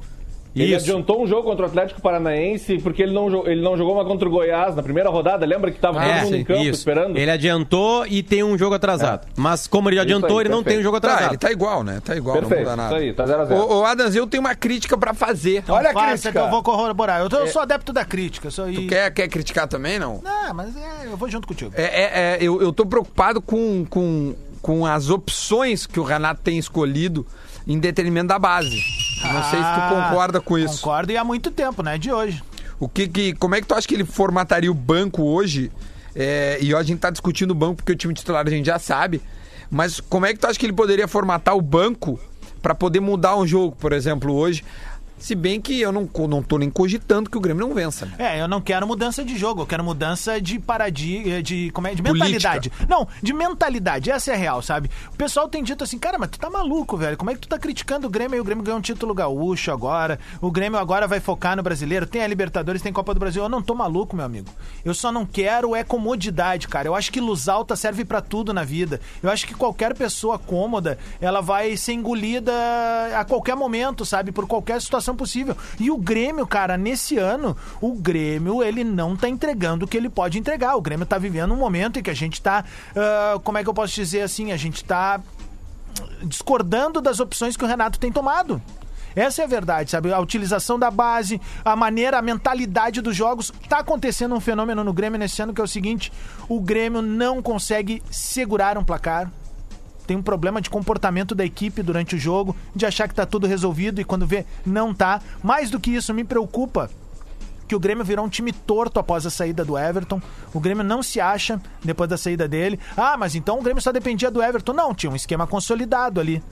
E: Ele
G: Isso.
E: adiantou um jogo contra o Atlético Paranaense porque ele não, jo- ele não jogou uma contra o Goiás na primeira rodada. Lembra que estava todo
G: É,
E: mundo em campo
G: isso.
E: esperando? É.
G: Ele adiantou e tem um jogo atrasado. Mas como ele já
E: Isso
G: adiantou,
E: aí,
G: ele não tem
E: perfeito.
G: um jogo
B: Tá,
G: atrasado.
B: ele tá igual, né? Tá igual,
E: Perfeito,
B: não muda nada.
E: isso aí, tá zero a zero.
B: Ô, ô, Adams, eu tenho uma crítica pra fazer.
F: Olha a
C: Faça que
F: crítica.
C: eu vou corroborar. Eu, tô- eu sou adepto da crítica. Eu sou e...
B: É. Quer, quer criticar também, não?
C: Não, mas é, eu vou junto contigo.
B: É, é, é, eu, eu tô preocupado com, com, com as opções que o Renato tem escolhido em detrimento da base. Não sei se tu
C: Ah,
B: concorda com isso.
C: Concordo e há muito tempo, né? De hoje.
B: O que, que como é que tu acha que ele formataria o banco hoje? É, e a gente tá discutindo o banco porque o time titular a gente já sabe. Mas como é que tu acha que ele poderia formatar o banco pra poder mudar um jogo, por exemplo, hoje? Se bem que eu não, co- não tô nem cogitando que o Grêmio não vença. né?
C: É, eu não quero mudança de jogo, eu quero mudança de paradigma, de, como é, de
B: Política.
C: mentalidade. Não, de mentalidade, essa é a real, sabe? O pessoal tem dito assim, cara, mas tu tá maluco, velho, como é que tu tá criticando o Grêmio? Aí O Grêmio ganhou um título gaúcho agora, o Grêmio agora vai focar no brasileiro, tem a Libertadores, tem Copa do Brasil. Eu não tô maluco, meu amigo. Eu só não quero é comodidade, cara. Eu acho que luz alta serve pra tudo na vida. Eu acho que qualquer pessoa cômoda, ela vai ser engolida a qualquer momento, sabe? Por qualquer situação possível. E o Grêmio, cara, nesse ano, o Grêmio, ele não tá entregando o que ele pode entregar. O Grêmio tá vivendo um momento em que a gente tá. ah, como é que eu posso dizer assim? A gente tá discordando das opções que o Renato tem tomado. Essa é a verdade, sabe? A utilização da base, a maneira, a mentalidade dos jogos. Tá acontecendo um fenômeno no Grêmio nesse ano que é o seguinte: o Grêmio não consegue segurar um placar. Tem um problema de comportamento da equipe durante o jogo, de achar que tá tudo resolvido e quando vê, não tá. Mais do que isso, me preocupa que o Grêmio virou um time torto após a saída do Everton. O Grêmio não se acha depois da saída dele. Ah, mas então o Grêmio só dependia do Everton. Não, tinha um esquema consolidado ali.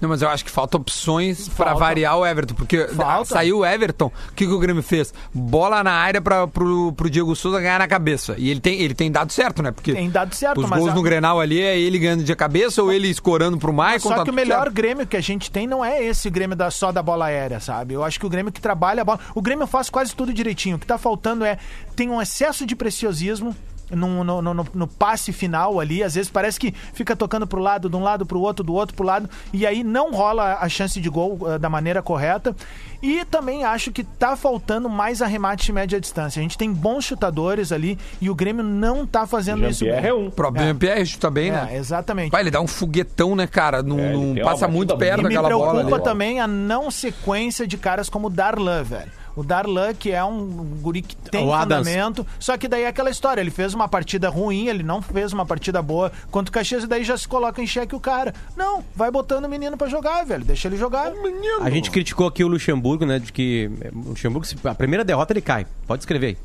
B: Não, mas eu acho que falta opções pra
C: Falta.
B: variar o Everton, porque
C: Falta.
B: saiu o Everton, o que, que o Grêmio fez? Bola na área pra, pro, pro Diego Souza ganhar na cabeça. E ele tem, ele tem dado certo, né? Porque
C: Tem dado certo,
B: os
C: mas
B: gols
C: a-
B: no Grenal ali é ele ganhando de cabeça ou ele escorando pro Maicon. tá
C: Só É que o
B: tudo
C: melhor
B: certo.
C: Grêmio que a gente tem não é esse Grêmio da, só da bola aérea, sabe? Eu acho que o Grêmio que trabalha a bola. O Grêmio faz quase tudo direitinho. O que tá faltando é. Tem um excesso de preciosismo. num- No, no- no- no passe final ali, às vezes parece que fica tocando pro lado, de um lado pro outro, do outro pro lado, e aí não rola a chance de gol eh, da maneira correta. E também acho que tá faltando mais arremate de média distância. A gente tem bons chutadores ali e o Grêmio não tá fazendo isso.
E: Jean-Pierre
C: bem.
E: é um.
B: O problema é o Pierre chuta bem,
C: É,
B: né?
C: exatamente.
B: Vai, ele dá um foguetão, né, cara? Não,
E: É, ele
B: não
E: tem uma
B: passa
E: batida
B: muito
E: bonita.
B: perto
E: E
C: me
B: daquela bola.
C: preocupa
B: ali.
C: também a não sequência de caras como o Darlan, velho. O Darlan, que é um guri que tem
G: O Adams.
C: fundamento, só que daí é aquela história, ele fez uma partida ruim, ele não fez uma partida boa contra o Caxias e daí já se coloca em xeque o cara. Não, vai botando o menino pra jogar, velho, deixa ele jogar.
G: A gente criticou aqui o Luxemburgo, né? De que eh, o Luxemburgo, se- a primeira derrota ele cai. Pode escrever aí.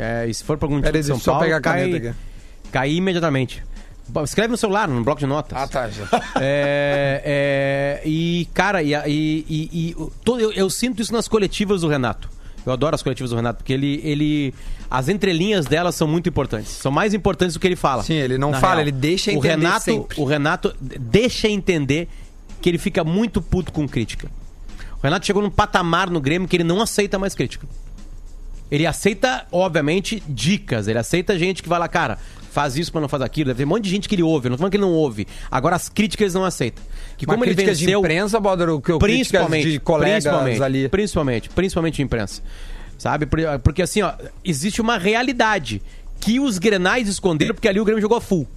G: É, e se for pra algum time
B: Pera aí,
G: de São
B: deixa eu só
G: Paulo,
B: pegar a caneta
G: cai,
B: aqui.
G: cai imediatamente. Bo- Escreve no celular, no bloco de notas.
B: Ah, tá, já.
G: É, é, e, cara, e, e- e- e o- todo- eu, eu sinto isso nas coletivas do Renato. Eu adoro as coletivas do Renato, porque ele, ele. As entrelinhas delas são muito importantes. São mais importantes do que ele fala.
B: Sim, ele não
G: na
B: fala, ele deixa
G: o
B: entender
G: Renato,
B: sempre.
G: O Renato deixa entender que ele fica muito puto com crítica. O Renato chegou num patamar no Grêmio que ele não aceita mais crítica. Ele aceita, obviamente, dicas. Ele aceita gente que vai lá, cara, faz isso pra não fazer aquilo. Deve ter um monte de gente que ele ouve. Eu Não tô falando que ele não ouve. Agora, as críticas ele não aceita. Que
B: Mas
G: como ele
B: críticas
G: venceu...
B: de imprensa, Boder, o que eu
G: principalmente,
B: críticas de colegas
G: principalmente,
B: ali.
G: Principalmente, principalmente de imprensa. Sabe? Por- Porque assim, ó, existe uma realidade que os Grenais esconderam porque ali o Grêmio jogou a full.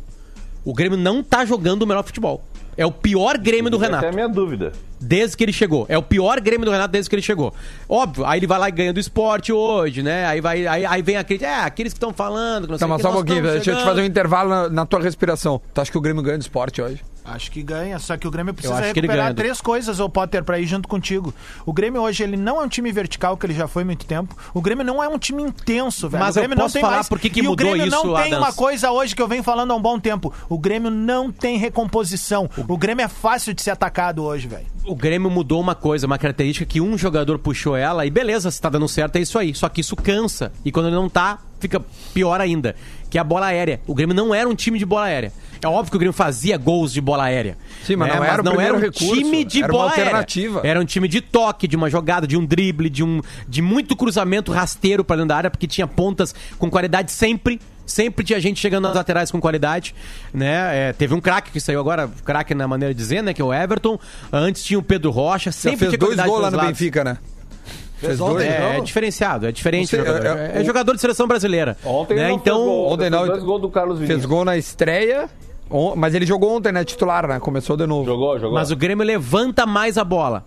G: O Grêmio não tá jogando o melhor futebol. É o pior Grêmio do
E: Essa é a
G: Renato
E: minha dúvida.
G: desde que ele chegou. É o pior Grêmio do Renato desde que ele chegou. Óbvio, aí ele vai lá e ganha do esporte hoje, né? Aí, vai, aí, aí vem aquele. É, aqueles que estão falando. Que não
B: Tá,
G: sei o
B: mas
G: que,
B: só um
G: nós
B: pouquinho,
G: estamos
B: deixa eu te
G: chegando.
B: fazer um intervalo na, na tua respiração. Tu acha que o Grêmio ganha do esporte hoje?
C: Acho que ganha, só que o Grêmio precisa
G: acho que ele
C: recuperar
G: ganha, Edu.
C: três coisas, ô Potter, pra ir junto contigo. O Grêmio hoje, ele não é um time vertical, que ele já foi há muito tempo. O Grêmio não é um time intenso, velho.
G: Mas
C: o
G: eu
C: Grêmio
G: posso falar por que
C: e
G: que
C: o
G: mudou
C: Grêmio não
G: isso,
C: tem
G: Adams?
C: uma coisa hoje que eu venho falando há um bom tempo. O Grêmio não tem recomposição. O Grêmio é fácil de ser atacado hoje, velho.
G: O Grêmio mudou uma coisa, uma característica que um jogador puxou ela e beleza, se tá dando certo é isso aí. Só que isso cansa. E quando ele não tá, fica pior ainda. Que é a bola aérea. O Grêmio não era um time de bola aérea. É óbvio que o Grêmio fazia gols de bola aérea.
B: Sim, mas não era o primeiro
G: um
B: recurso,
G: time de
B: era uma
G: bola
B: alternativa.
G: aérea. Era um time de toque, de uma jogada, de um drible, de um de muito cruzamento rasteiro pra dentro da área, porque tinha pontas com qualidade sempre. Sempre tinha gente chegando nas laterais com qualidade, né? É, teve um craque que saiu agora, craque na maneira de dizer, né? Que é o Everton. Antes tinha o Pedro Rocha,
B: Já
G: sempre
B: fez
G: tinha
B: dois
G: qualidade
B: gols lá
G: pelos
B: no
G: lados.
B: Benfica, né? Fez dois,
G: É, é
B: não?
G: diferenciado, é diferente.
B: Não sei,
G: o jogador.
B: é-
G: É,
B: é-
G: é jogador de seleção brasileira.
E: Ontem
G: né?
E: ele não fez gol.
G: Então,
E: Ontem
B: Ontem não,
E: fez dois gols do Carlos Vinícius.
B: Fez gol na estreia, on- mas ele jogou ontem, né? Titular, né? Começou de novo.
E: Jogou, jogou.
G: mas o Grêmio levanta mais a bola.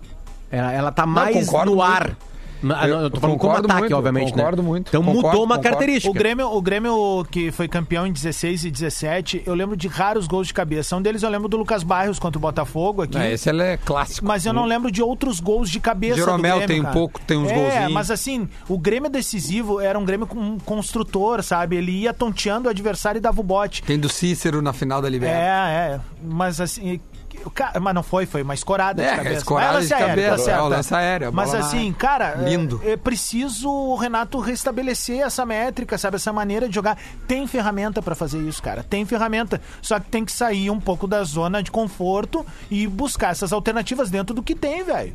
G: Ela, ela tá mais
B: concordo
G: no
B: muito.
G: ar. Na-
B: Eu
G: Eu tô falando como
B: concordo
G: ataque,
B: muito,
G: obviamente, né?
B: concordo muito,
G: Então
B: concordo,
G: mudou uma
B: concordo.
G: característica.
C: O Grêmio, o Grêmio que foi campeão em 16 e 17, eu lembro de raros gols de cabeça. Um deles eu lembro do Lucas Barros contra o Botafogo aqui.
B: É, esse ele é clássico.
C: Mas eu não lembro de outros gols de cabeça.
B: Jeromel
C: do Grêmio,
B: tem um
C: cara.
B: pouco, tem uns
C: é,
B: golzinhos.
C: Mas assim, o Grêmio decisivo era um Grêmio com um construtor, sabe? Ele ia tonteando o adversário e dava o bote.
B: Tem do Cícero na final da
C: É,
B: Libertadores.
C: é. Mas assim. o ca- Mas não foi, foi uma escorada
B: É,
C: de cabeça.
B: escorada
C: Mas
B: de
C: lance aéreo,
B: cabeça,
C: tá
B: é, o
C: certo.
B: lance aéreo, a
C: Mas
B: bola na
C: assim,
B: área.
C: cara, é-
B: Lindo.
C: É, preciso o Renato restabelecer essa métrica, sabe? Essa maneira de jogar. Tem ferramenta pra fazer isso, cara. Tem ferramenta. Só que tem que sair um pouco da zona de conforto e buscar essas alternativas dentro do que tem, velho.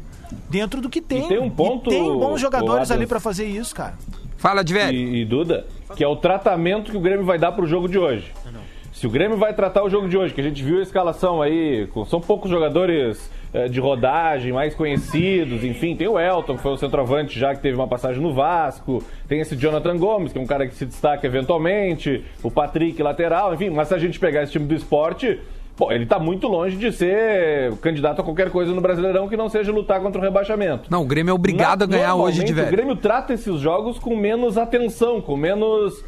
C: Dentro do que tem.
E: tem um ponto,
C: tem bons jogadores
E: o
C: ali
E: Adams.
C: pra fazer isso, cara.
B: Fala, de velho.
E: e, e Duda, que é o tratamento que o Grêmio vai dar pro jogo de hoje. Se o Grêmio vai tratar o jogo de hoje, que a gente viu a escalação aí, com- são poucos jogadores eh, de rodagem, mais conhecidos, enfim, tem o Elton, que foi o centroavante já, que teve uma passagem no Vasco, tem esse Jonathan Gomes, que é um cara que se destaca eventualmente, o Patrick, lateral, enfim, mas se a gente pegar esse time do esporte, Pô, ele tá muito longe de ser candidato a qualquer coisa no Brasileirão que não seja lutar contra o rebaixamento.
B: Não, o Grêmio é obrigado a
E: Na-
B: ganhar hoje de
E: normalmente, O
B: velho.
E: Grêmio trata esses jogos com menos atenção, com menos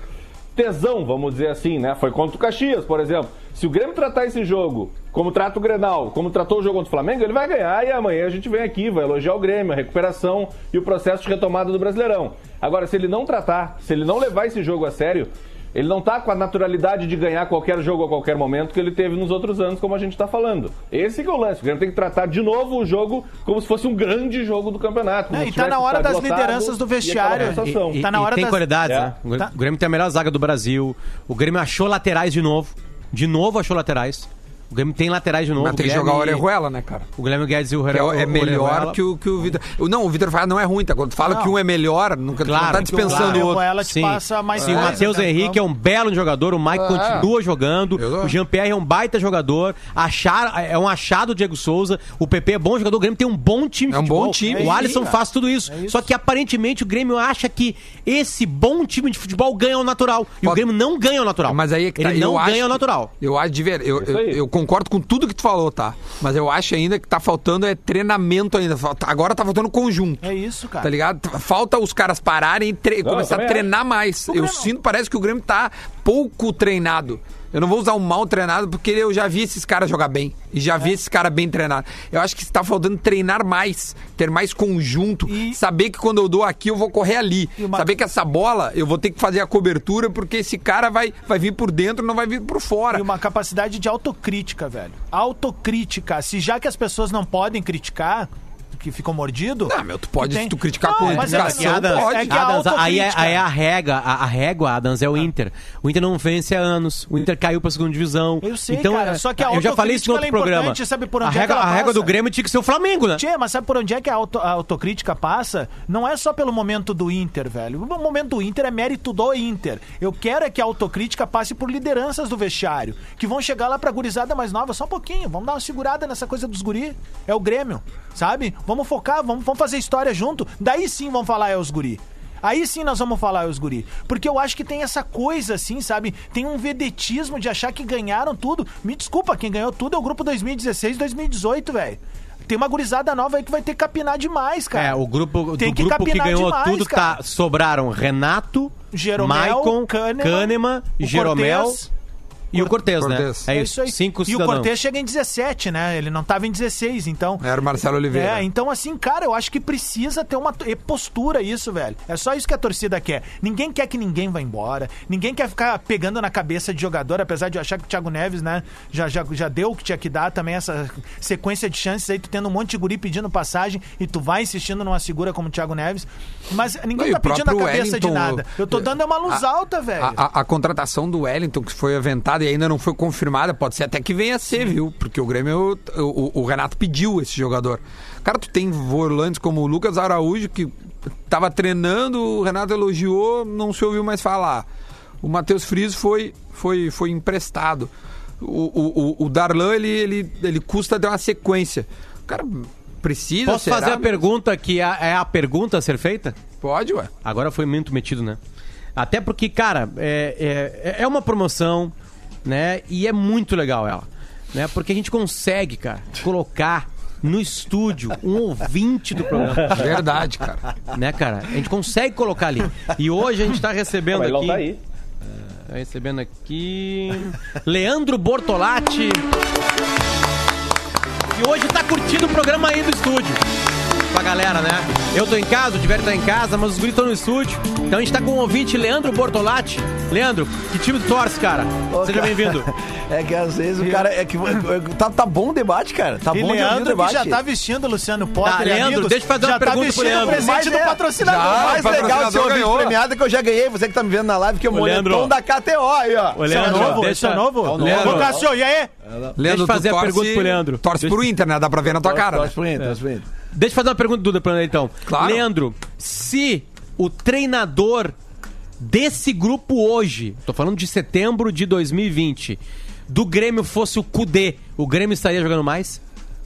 E: tesão, vamos dizer assim, né? Foi contra o Caxias, por exemplo. Se o Grêmio tratar esse jogo como trata o Grenal, como tratou o jogo contra o Flamengo, ele vai ganhar e amanhã a gente vem aqui, vai elogiar o Grêmio, a recuperação e o processo de retomada do Brasileirão. Agora, se ele não tratar, se ele não levar esse jogo a sério, ele não tá com a naturalidade de ganhar qualquer jogo a qualquer momento que ele teve nos outros anos, como a gente tá falando. Esse que é o lance. O Grêmio tem que tratar de novo o jogo como se fosse um grande jogo do campeonato.
C: É,
E: Não
C: e tá na hora das lideranças do vestiário.
E: sensação.
C: Tá na hora
G: tem
C: das-
G: qualidades,
E: É.
G: né? O Grêmio-
C: Tá.
G: O Grêmio tem a melhor zaga do Brasil. O Grêmio achou laterais de novo. De novo achou laterais. O Grêmio tem laterais de novo.
B: Mas tem que
G: Guilherme-
B: jogar o Orejuela, né, cara?
G: O Guilherme Guedes e o
B: Que é,
G: Orejuela.
B: é melhor que
G: o...
B: o, que o Vitor. Não, o Vitor fala não é ruim, tá? Quando fala
C: Não.
B: que um é melhor, nunca não
G: Claro,
B: tá dispensando
G: claro.
B: o outro.
C: ela te
G: Sim.
C: passa mais
G: Sim, o
C: coisa,
G: Matheus
C: né?
G: Henrique é um belo jogador, o Mike continua jogando,
B: É. Eu-
G: o Jean-Pierre é um baita jogador, achar, é um achado o Diego Souza, o PP é bom jogador, o Grêmio tem um bom time. de
B: É um
G: futebol.
B: bom time.
G: O Alisson faz
C: É
G: tudo isso. Só que aparentemente o Grêmio acha que esse bom time de futebol ganha ao natural. E o
B: Pode-
G: Grêmio não ganha ao natural.
B: Mas aí é que tá.
G: Ele
B: eu
G: não
B: acho
G: ganha ao
B: que-
G: natural.
B: Eu acho de ver. Eu, eu,
E: aí.
B: eu concordo com tudo que tu falou, tá? Mas eu acho ainda que tá faltando é treinamento ainda. Falta- Agora tá faltando conjunto.
C: É isso, cara.
B: Tá ligado? Falta os caras pararem e tre- começar a
E: também
B: treinar mais. Eu sinto, parece que o Grêmio tá pouco treinado. Eu não vou usar o mal treinado, porque eu já vi esses caras jogar bem. E já
C: É.
B: vi esses caras bem treinados. Eu acho que está faltando treinar mais, ter mais conjunto,
C: E-
B: saber que quando eu dou aqui, eu vou correr ali.
C: E uma-
B: Saber que essa bola, eu vou ter que fazer a cobertura, porque esse cara vai, vai vir por dentro, não vai vir por fora.
C: E uma capacidade de autocrítica, velho. Autocrítica. Se já que as pessoas não podem criticar, que ficam mordido.
B: Ah, meu, tu pode,
C: tem-
B: se tu criticar
C: Não,
B: com
C: mas
G: E
B: educação,
G: Adams,
B: pode.
C: é que a Ah.
G: Adams, aí, é,
C: autocrítica-
G: aí é a rega, a, a régua, Adams, é o Inter. O Inter não vence há anos, o Inter caiu pra segunda divisão.
C: Eu sei,
G: então,
C: cara,
G: é-
C: só que a
G: Eu já falei isso
C: autocrítica,
G: no
C: ela
G: outro
C: é
G: programa.
C: importante, sabe por
G: a
C: onde é que
G: régua,
C: ela
G: a régua
C: passa?
G: do Grêmio tinha que ser o Flamengo, né?
C: Tchê, mas sabe por onde é que a, auto- a autocrítica passa? Não é só pelo momento do Inter, velho. O momento do Inter é mérito do Inter. Eu quero é que a autocrítica passe por lideranças do vestiário, que vão chegar lá pra gurizada mais nova, só um pouquinho. Vamos dar uma segurada nessa coisa dos guri. É o Grêmio, sabe? Vamos focar, vamos, vamos fazer história junto. Daí sim vão falar é os guri. Aí sim nós vamos falar é os guri. Porque eu acho que tem essa coisa assim, sabe? Tem um vedetismo de achar que ganharam tudo. Me desculpa, quem ganhou tudo é o grupo 2016 2018, velho. Tem uma gurizada nova aí que vai ter que capinar demais, cara.
G: É, o grupo,
C: Tem
G: do grupo que
C: capinar
G: ganhou
C: demais,
G: tudo
C: cara.
G: tá, sobraram Renato,
C: Jeromel,
G: Maicon,
C: Kahneman,
G: Kahneman,
C: o
G: Jeromel
C: Cortez.
G: e o Cortez, né?
B: Cortez.
G: É isso,
C: E
G: cinco
C: o
G: cidadãos.
C: Cortez chega em 17, né? Ele não tava em 16, então.
B: Era o Marcelo Oliveira.
C: É, então assim, cara, eu acho que precisa ter uma to- e postura isso, velho. É só isso que a torcida quer. Ninguém quer que ninguém vá embora. Ninguém quer ficar pegando na cabeça de jogador, apesar de eu achar que o Thiago Neves, né, já, já, já deu o que tinha que dar também essa sequência de chances aí, tu tendo um monte de guri pedindo passagem e tu vai insistindo numa segura como o Thiago Neves. Mas
B: Não,
C: ninguém
B: e
C: tá
B: o
C: pedindo a
B: próprio
C: cabeça de
B: Wellington,
C: nada. Eu tô
B: eh,
C: dando é uma luz
B: a-
C: alta, velho.
B: A, a- a contratação do Wellington, que foi aventada e ainda não foi confirmada, pode ser até que venha a ser, viu? Porque o Grêmio, o, o- o Renato pediu esse jogador. Cara, tu tem volantes como o Lucas Araújo, que tava treinando, o Renato elogiou, não se ouviu mais falar. O Matheus Friso foi, foi, foi emprestado. O, o, o- o Darlan, ele, ele, ele custa ter uma sequência. Cara, precisa,
G: Posso
B: será?
G: fazer a pergunta que a- é a pergunta a ser feita?
B: Pode, ué.
G: Agora foi muito metido, né? Até porque, cara, é, é, é uma promoção, né? E é muito legal ela. Né? Porque a gente consegue, cara, colocar no estúdio um ouvinte do programa.
B: Verdade, cara.
G: Né, cara? A gente consegue colocar ali. E hoje a gente tá recebendo
E: Mas
G: aqui.
E: ele não tá aí.
G: Tá recebendo aqui. Leandro Bortolatti. E hoje tá curtindo o programa aí do estúdio. Pra galera, né? Eu tô em casa, o Diverio tá em casa, mas os guris estão no estúdio. Então a gente tá com o ouvinte Leandro Bortolatti. Leandro, que time tu torce, cara?
F: Ô,
G: Seja
F: cara.
G: bem-vindo.
F: É que às vezes o cara. É que, tá, tá bom o debate, cara. Tá
C: E
F: bom de ouvir o
C: Leandro, que
F: debate.
C: já tá vestindo Luciano Potter.
G: Tá,
C: e
G: Leandro,
C: amigos,
G: deixa eu fazer uma
C: já
G: pergunta
C: tá
G: pro
C: vestindo
G: Leandro.
C: o presente
F: Mas é-
C: do patrocinador.
F: O
B: Já,
F: mais
B: o
F: legal de ser
B: patrocinador
F: ouvinte
B: ganhou.
F: premiado é que eu já ganhei. Você que tá me vendo na live, que é o
G: Ô, Leandro.
F: moletom da KTO aí, ó.
G: Ô,
C: Isso é novo? Isso é novo?
G: Ô,
C: Ô,
G: Leandro,
C: Cássio, e aí?
B: Leandro,
G: eu fazer
B: tu
G: a
B: torce-
G: pergunta pro Leandro.
B: Torce
G: Deixa-
B: pro Inter, né? Dá pra ver na tua cara. né?
F: Torce pro
C: é.
F: Inter, torce pro Inter.
G: Deixa eu fazer uma pergunta, Duda, pra ele, então.
B: Claro.
G: Leandro, se o treinador desse grupo hoje, tô falando de setembro de 2020, do Grêmio fosse o Cudê, o Grêmio estaria jogando mais?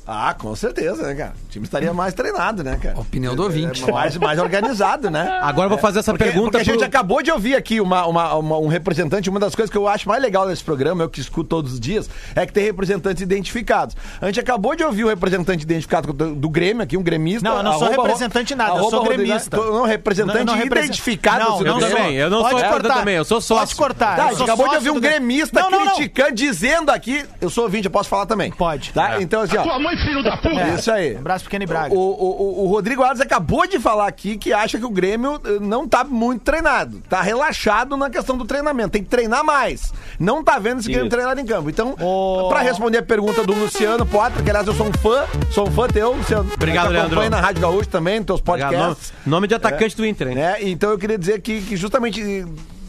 F: Ah, com certeza, né, cara? O time estaria mais treinado, né, cara?
J: Opinião do ouvinte.
F: É, mais, mais organizado, né?
G: Agora eu vou fazer essa
F: Porque, porque
G: pergunta
F: a gente
G: pro-
F: acabou de ouvir aqui uma, uma- uma- um representante. Uma das coisas que eu acho mais legal nesse programa, eu que escuto todos os dias, é que tem representantes identificados. A gente acabou de ouvir o representante identificado do, do Grêmio aqui, um gremista.
C: Não, eu não sou representante nada, eu
F: arroba
C: sou
F: Rodrigo-
C: gremista.
F: Tu- Não, representante
C: Não, eu não represento-
F: identificado.
C: Não,
F: do
G: Eu
C: não
F: Grêmio.
C: sou.
G: também, eu não
C: Pode
G: sou
C: cortar.
G: também, eu sou sócio.
C: Pode cortar.
F: Tá,
C: Ah, eu
F: a gente
C: sou
F: acabou de
C: sócio
F: ouvir um
C: do Grêmio.
F: gremista
C: Não, não, não.
F: criticando, dizendo aqui. Eu sou ouvinte, eu posso falar também.
C: Pode. É.
F: Tá? Então, assim, ó.
D: mãe, filho da puta!
F: Isso aí.
C: Um abraço, pequeno e Braga.
F: O, o- o- o Rodrigo Alves acabou de falar aqui que acha que o Grêmio eh, não tá muito treinado. Tá relaxado na questão do treinamento. Tem que treinar mais. Não tá vendo esse Grêmio
E: Isso.
F: treinado em campo. Então,
C: Ô.
F: pra responder a pergunta do Luciano Potter, que aliás eu sou um fã, sou um fã teu, Luciano.
G: Obrigado,
F: Te acompanho
G: Leandro.
F: na Rádio Gaúcho também, nos teus
G: Obrigado. Nome,
F: podcasts.
G: nome de atacante do Inter, hein?
F: É. né? Então eu queria dizer que, que justamente eh,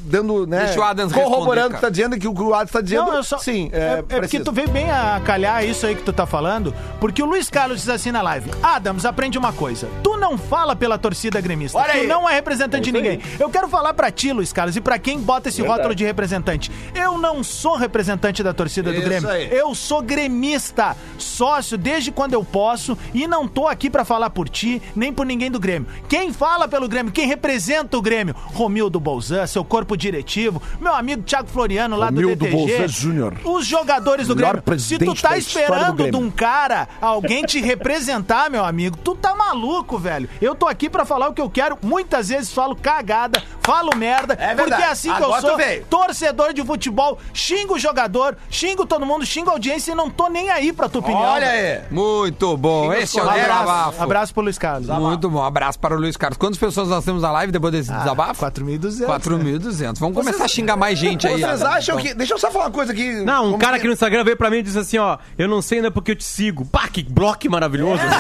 F: dando, né,
J: Deixa o Adams responder,
F: corroborando o
J: cara.
F: que tá dizendo que o que o Adams tá dizendo,
C: Não, eu só-
F: sim,
C: É,
F: é,
C: é porque
F: preciso.
C: tu veio bem a calhar isso aí que tu tá falando, porque o Luiz Carlos diz assim na live: Adams, aprende uma coisa. Tu não fala pela torcida gremista. tu não é representante de ninguém. Eu quero falar pra ti, Luiz Carlos, e pra quem bota esse rótulo de representante. Eu não sou representante da torcida do
F: Isso
C: Grêmio.
F: aí.
C: Eu sou gremista, sócio desde quando eu posso e não tô aqui pra falar por ti, nem por ninguém do Grêmio. Quem fala pelo Grêmio, quem representa o Grêmio? Romildo Bolzan, seu corpo diretivo, meu amigo Thiago Floriano lá
F: Romildo
C: do DTG.
F: Bolzan Júnior.
C: Os jogadores do
F: Melhor
C: Grêmio. Se tu
F: presidente
C: tá
F: da história do
C: esperando de
F: Grêmio.
C: um cara alguém te representar, meu amigo, tu tá maluco, velho. Eu tô aqui pra falar o que eu quero. Muitas vezes falo cagada, falo merda,
F: É verdade.
C: porque é assim que
F: Agora
C: eu
F: tu
C: sou
F: veio.
C: torcedor de futebol, xingo o jogador, xingo todo mundo, xingo a audiência e não tô nem aí pra tua opinião. né?
F: Olha
C: velho.
F: aí.
J: Muito bom. Esse é o
C: Abraço,
J: desabafo.
C: abraço pro Luiz Carlos.
J: Muito bom. Abraço para o Luiz Carlos. Quantas pessoas nós temos na live depois desse
F: Ah,
J: desabafo?
C: 4.200.
J: 4.200. Vamos começar a xingar mais gente aí.
F: Vocês
J: Adams,
F: acham
J: então.
F: que. Deixa eu só falar uma coisa aqui.
G: Não, um
F: Como
G: cara
F: que-
G: aqui no Instagram veio pra mim e disse assim, ó, eu não sei ainda porque eu te sigo. Pá, que bloco maravilhoso.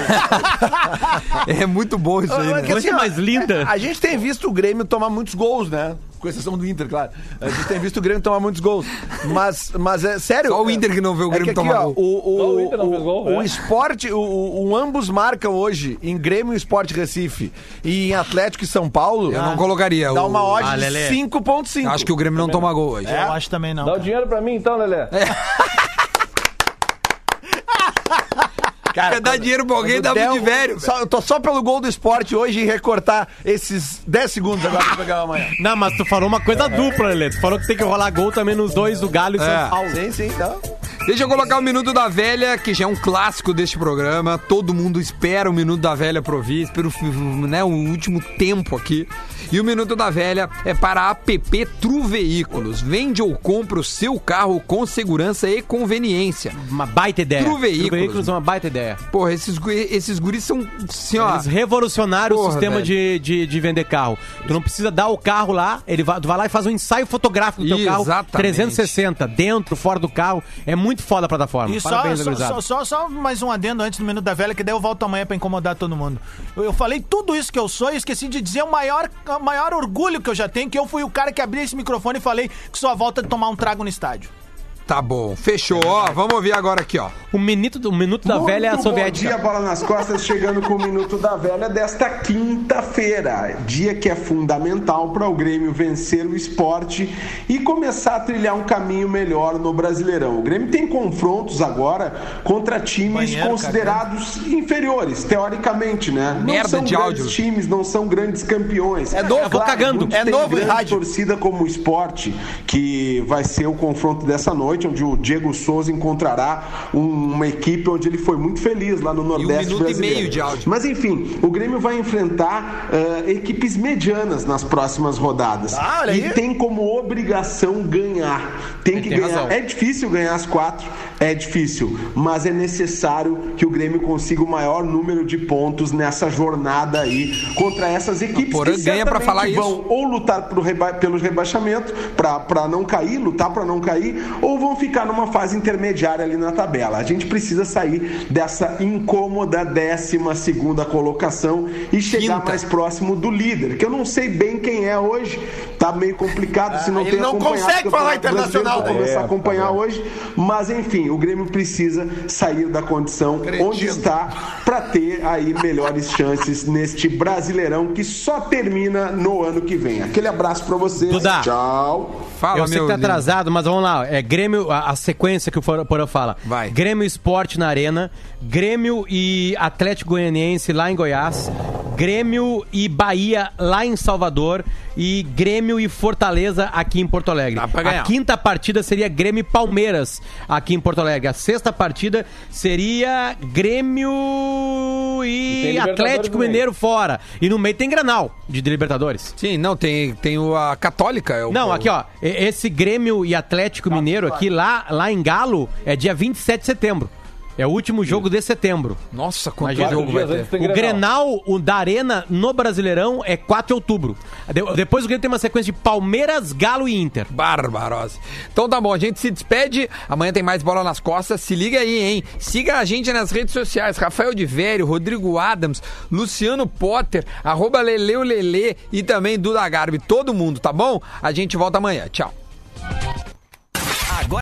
J: É muito bom isso aí,
F: Ah,
J: né?
F: Mas que assim,
G: Coisa é mais linda.
F: A gente tem visto o Grêmio tomar muitos gols, né? Com exceção do Inter, claro. A gente tem visto o Grêmio tomar muitos gols. Mas, mas é sério.
J: Só o Inter que não vê o
F: é
J: Grêmio
F: que aqui,
J: tomar
F: ó,
J: gol.
F: O, o,
E: Só o Inter não fez gol,
F: o
E: é.
F: esporte, o, o- o ambos marcam hoje em Grêmio e Esporte Recife e em Atlético e São Paulo.
J: Eu não colocaria
F: Dá
J: o-
F: uma É, odd
G: Ah,
F: de
G: Lelê.
F: 5.5.
J: Acho que o Grêmio não toma gol hoje.
C: Eu acho também não.
E: Dá o
C: cara.
E: dinheiro pra mim então, Lelé.
J: Quer dar dinheiro pra alguém, É, dá
F: Der
J: muito
F: um-
J: velho.
F: Só, eu tô só pelo gol do esporte hoje e recortar esses 10 segundos agora pra pegar amanhã.
J: É.
G: não, mas tu falou uma
F: É.
G: coisa dupla, Lelê. Tu falou que tem que rolar gol também nos dois, do Galo e
J: É.
G: São Paulo.
F: Sim, sim, então.
J: Deixa eu colocar o Minuto da Velha, que já é um clássico deste programa. Todo mundo espera o Minuto da Velha pro ouvir, espera o, fi- né, o último tempo aqui. E o Minuto da Velha é para a APP Tru Veículos. Vende ou compra o seu carro com segurança e conveniência.
F: É.
G: Uma baita ideia.
J: Pro veículos.
G: Pro veículos é uma baita ideia.
J: Porra, esses, gu- esses guris são. Assim, ó,
G: Eles revolucionaram
J: Porra,
G: o sistema
J: velho.
G: de, de, de vender carro. Tu não precisa dar o carro lá, ele vai, tu vai lá e faz um ensaio fotográfico do teu carro.
J: Exatamente.
G: 360, dentro, fora do carro. É muito foda a plataforma.
C: E ah, só,
G: Parabéns,
C: só,
G: gurizada.
C: só, só, só mais um adendo antes do Minuto da Velha, que daí eu volto amanhã pra incomodar todo mundo. Eu, eu falei tudo isso que eu sou e esqueci de dizer o maior, o maior orgulho que eu já tenho, que eu fui o cara que abri esse microfone e falei que só volta de tomar um trago no estádio.
J: Tá bom, fechou. Ó, vamos ouvir agora aqui, ó.
G: O minuto, do- o minuto da velha é a soviética.
K: Bom dia, bola nas costas, chegando com o Minuto da Velha desta quinta-feira. Dia que é fundamental para o Grêmio vencer o esporte e começar a trilhar um caminho melhor no Brasileirão. O Grêmio tem confrontos agora contra times
C: Banheiro,
K: considerados inferiores, teoricamente, né?
J: Merda
K: não são
J: de
K: grandes
J: áudio.
K: times, não são grandes campeões. É
G: novo, cagando.
K: É novo grande torcida como o esporte, que vai ser o confronto dessa noite, onde o Diego Souza encontrará um- uma equipe onde ele foi muito feliz lá no Nordeste
J: minuto e
K: brasileiro.
J: meio de áudio.
K: Mas enfim, o Grêmio vai enfrentar eh, equipes medianas nas próximas rodadas.
F: Ah, olha
K: e
F: aí.
K: tem como obrigação ganhar. Tem que
G: tem
K: ganhar.
G: razão.
K: É difícil ganhar as quatro, é difícil, mas é necessário que o Grêmio consiga o maior número de pontos nessa jornada aí contra essas equipes
J: Porã
K: que
J: ganha pra
K: certamente
J: falar isso.
K: vão ou lutar pro reba pelos rebaixamentos para não cair, lutar para não cair, ou vão ficar numa fase intermediária ali na tabela. A gente precisa sair dessa incômoda 12 colocação e chegar
J: Quinta.
K: mais próximo do líder, que eu não sei bem quem é hoje, tá meio complicado se não
F: Ah, ele
K: tem
F: não
K: acompanhado
F: consegue
K: o Campeonato
F: falar internacional,
K: Brasileiro, vou começar a
E: É,
K: acompanhar
E: tá bom.
K: hoje, mas enfim, o Grêmio precisa sair da condição onde está para ter aí melhores chances neste Brasileirão que só termina no ano que vem. Aquele abraço para vocês.
G: Duda.
K: Tchau.
J: Fala,
G: eu sei
J: meu.
G: que tá
J: lindo.
G: atrasado, mas vamos lá. É Grêmio Grêmio, a, a sequência que o Fora Porã fala.
B: Vai.
G: Grêmio Esporte na Arena, Grêmio e Atlético Goianiense lá em Goiás, Grêmio e Bahia lá em Salvador e Grêmio e Fortaleza aqui em Porto Alegre.
B: Dá pra ganhar.
G: A quinta partida seria Grêmio e Palmeiras aqui em Porto Alegre. A sexta partida seria Grêmio
E: E tem
G: e
E: Libertadores
G: Atlético
E: também.
G: Mineiro fora. E no meio tem Granal de Libertadores.
B: Sim, não, tem, tem o, a Católica. é o-
G: Não,
B: o-
G: aqui ó, e- esse Grêmio e Atlético Mineiro aqui lá, lá em Galo é dia 27 de setembro. É o último jogo de setembro.
B: Nossa, quanto
G: Imagina,
B: jogo vai
E: dias
B: ter.
E: antes
G: O
E: tem Grenal.
G: Grenal, o da Arena no Brasileirão é 4 de outubro. De- depois o Grêmio tem uma sequência de Palmeiras, Galo e Inter.
B: Barbarosa. Então tá bom, a gente se despede. Amanhã tem mais bola nas costas. Se liga aí, hein? Siga a gente nas redes sociais: Rafael de Vério, Rodrigo Adams, Luciano Potter, arroba Leleu Lele e também Duda Garbi. Todo mundo, tá bom? A gente volta amanhã. Tchau.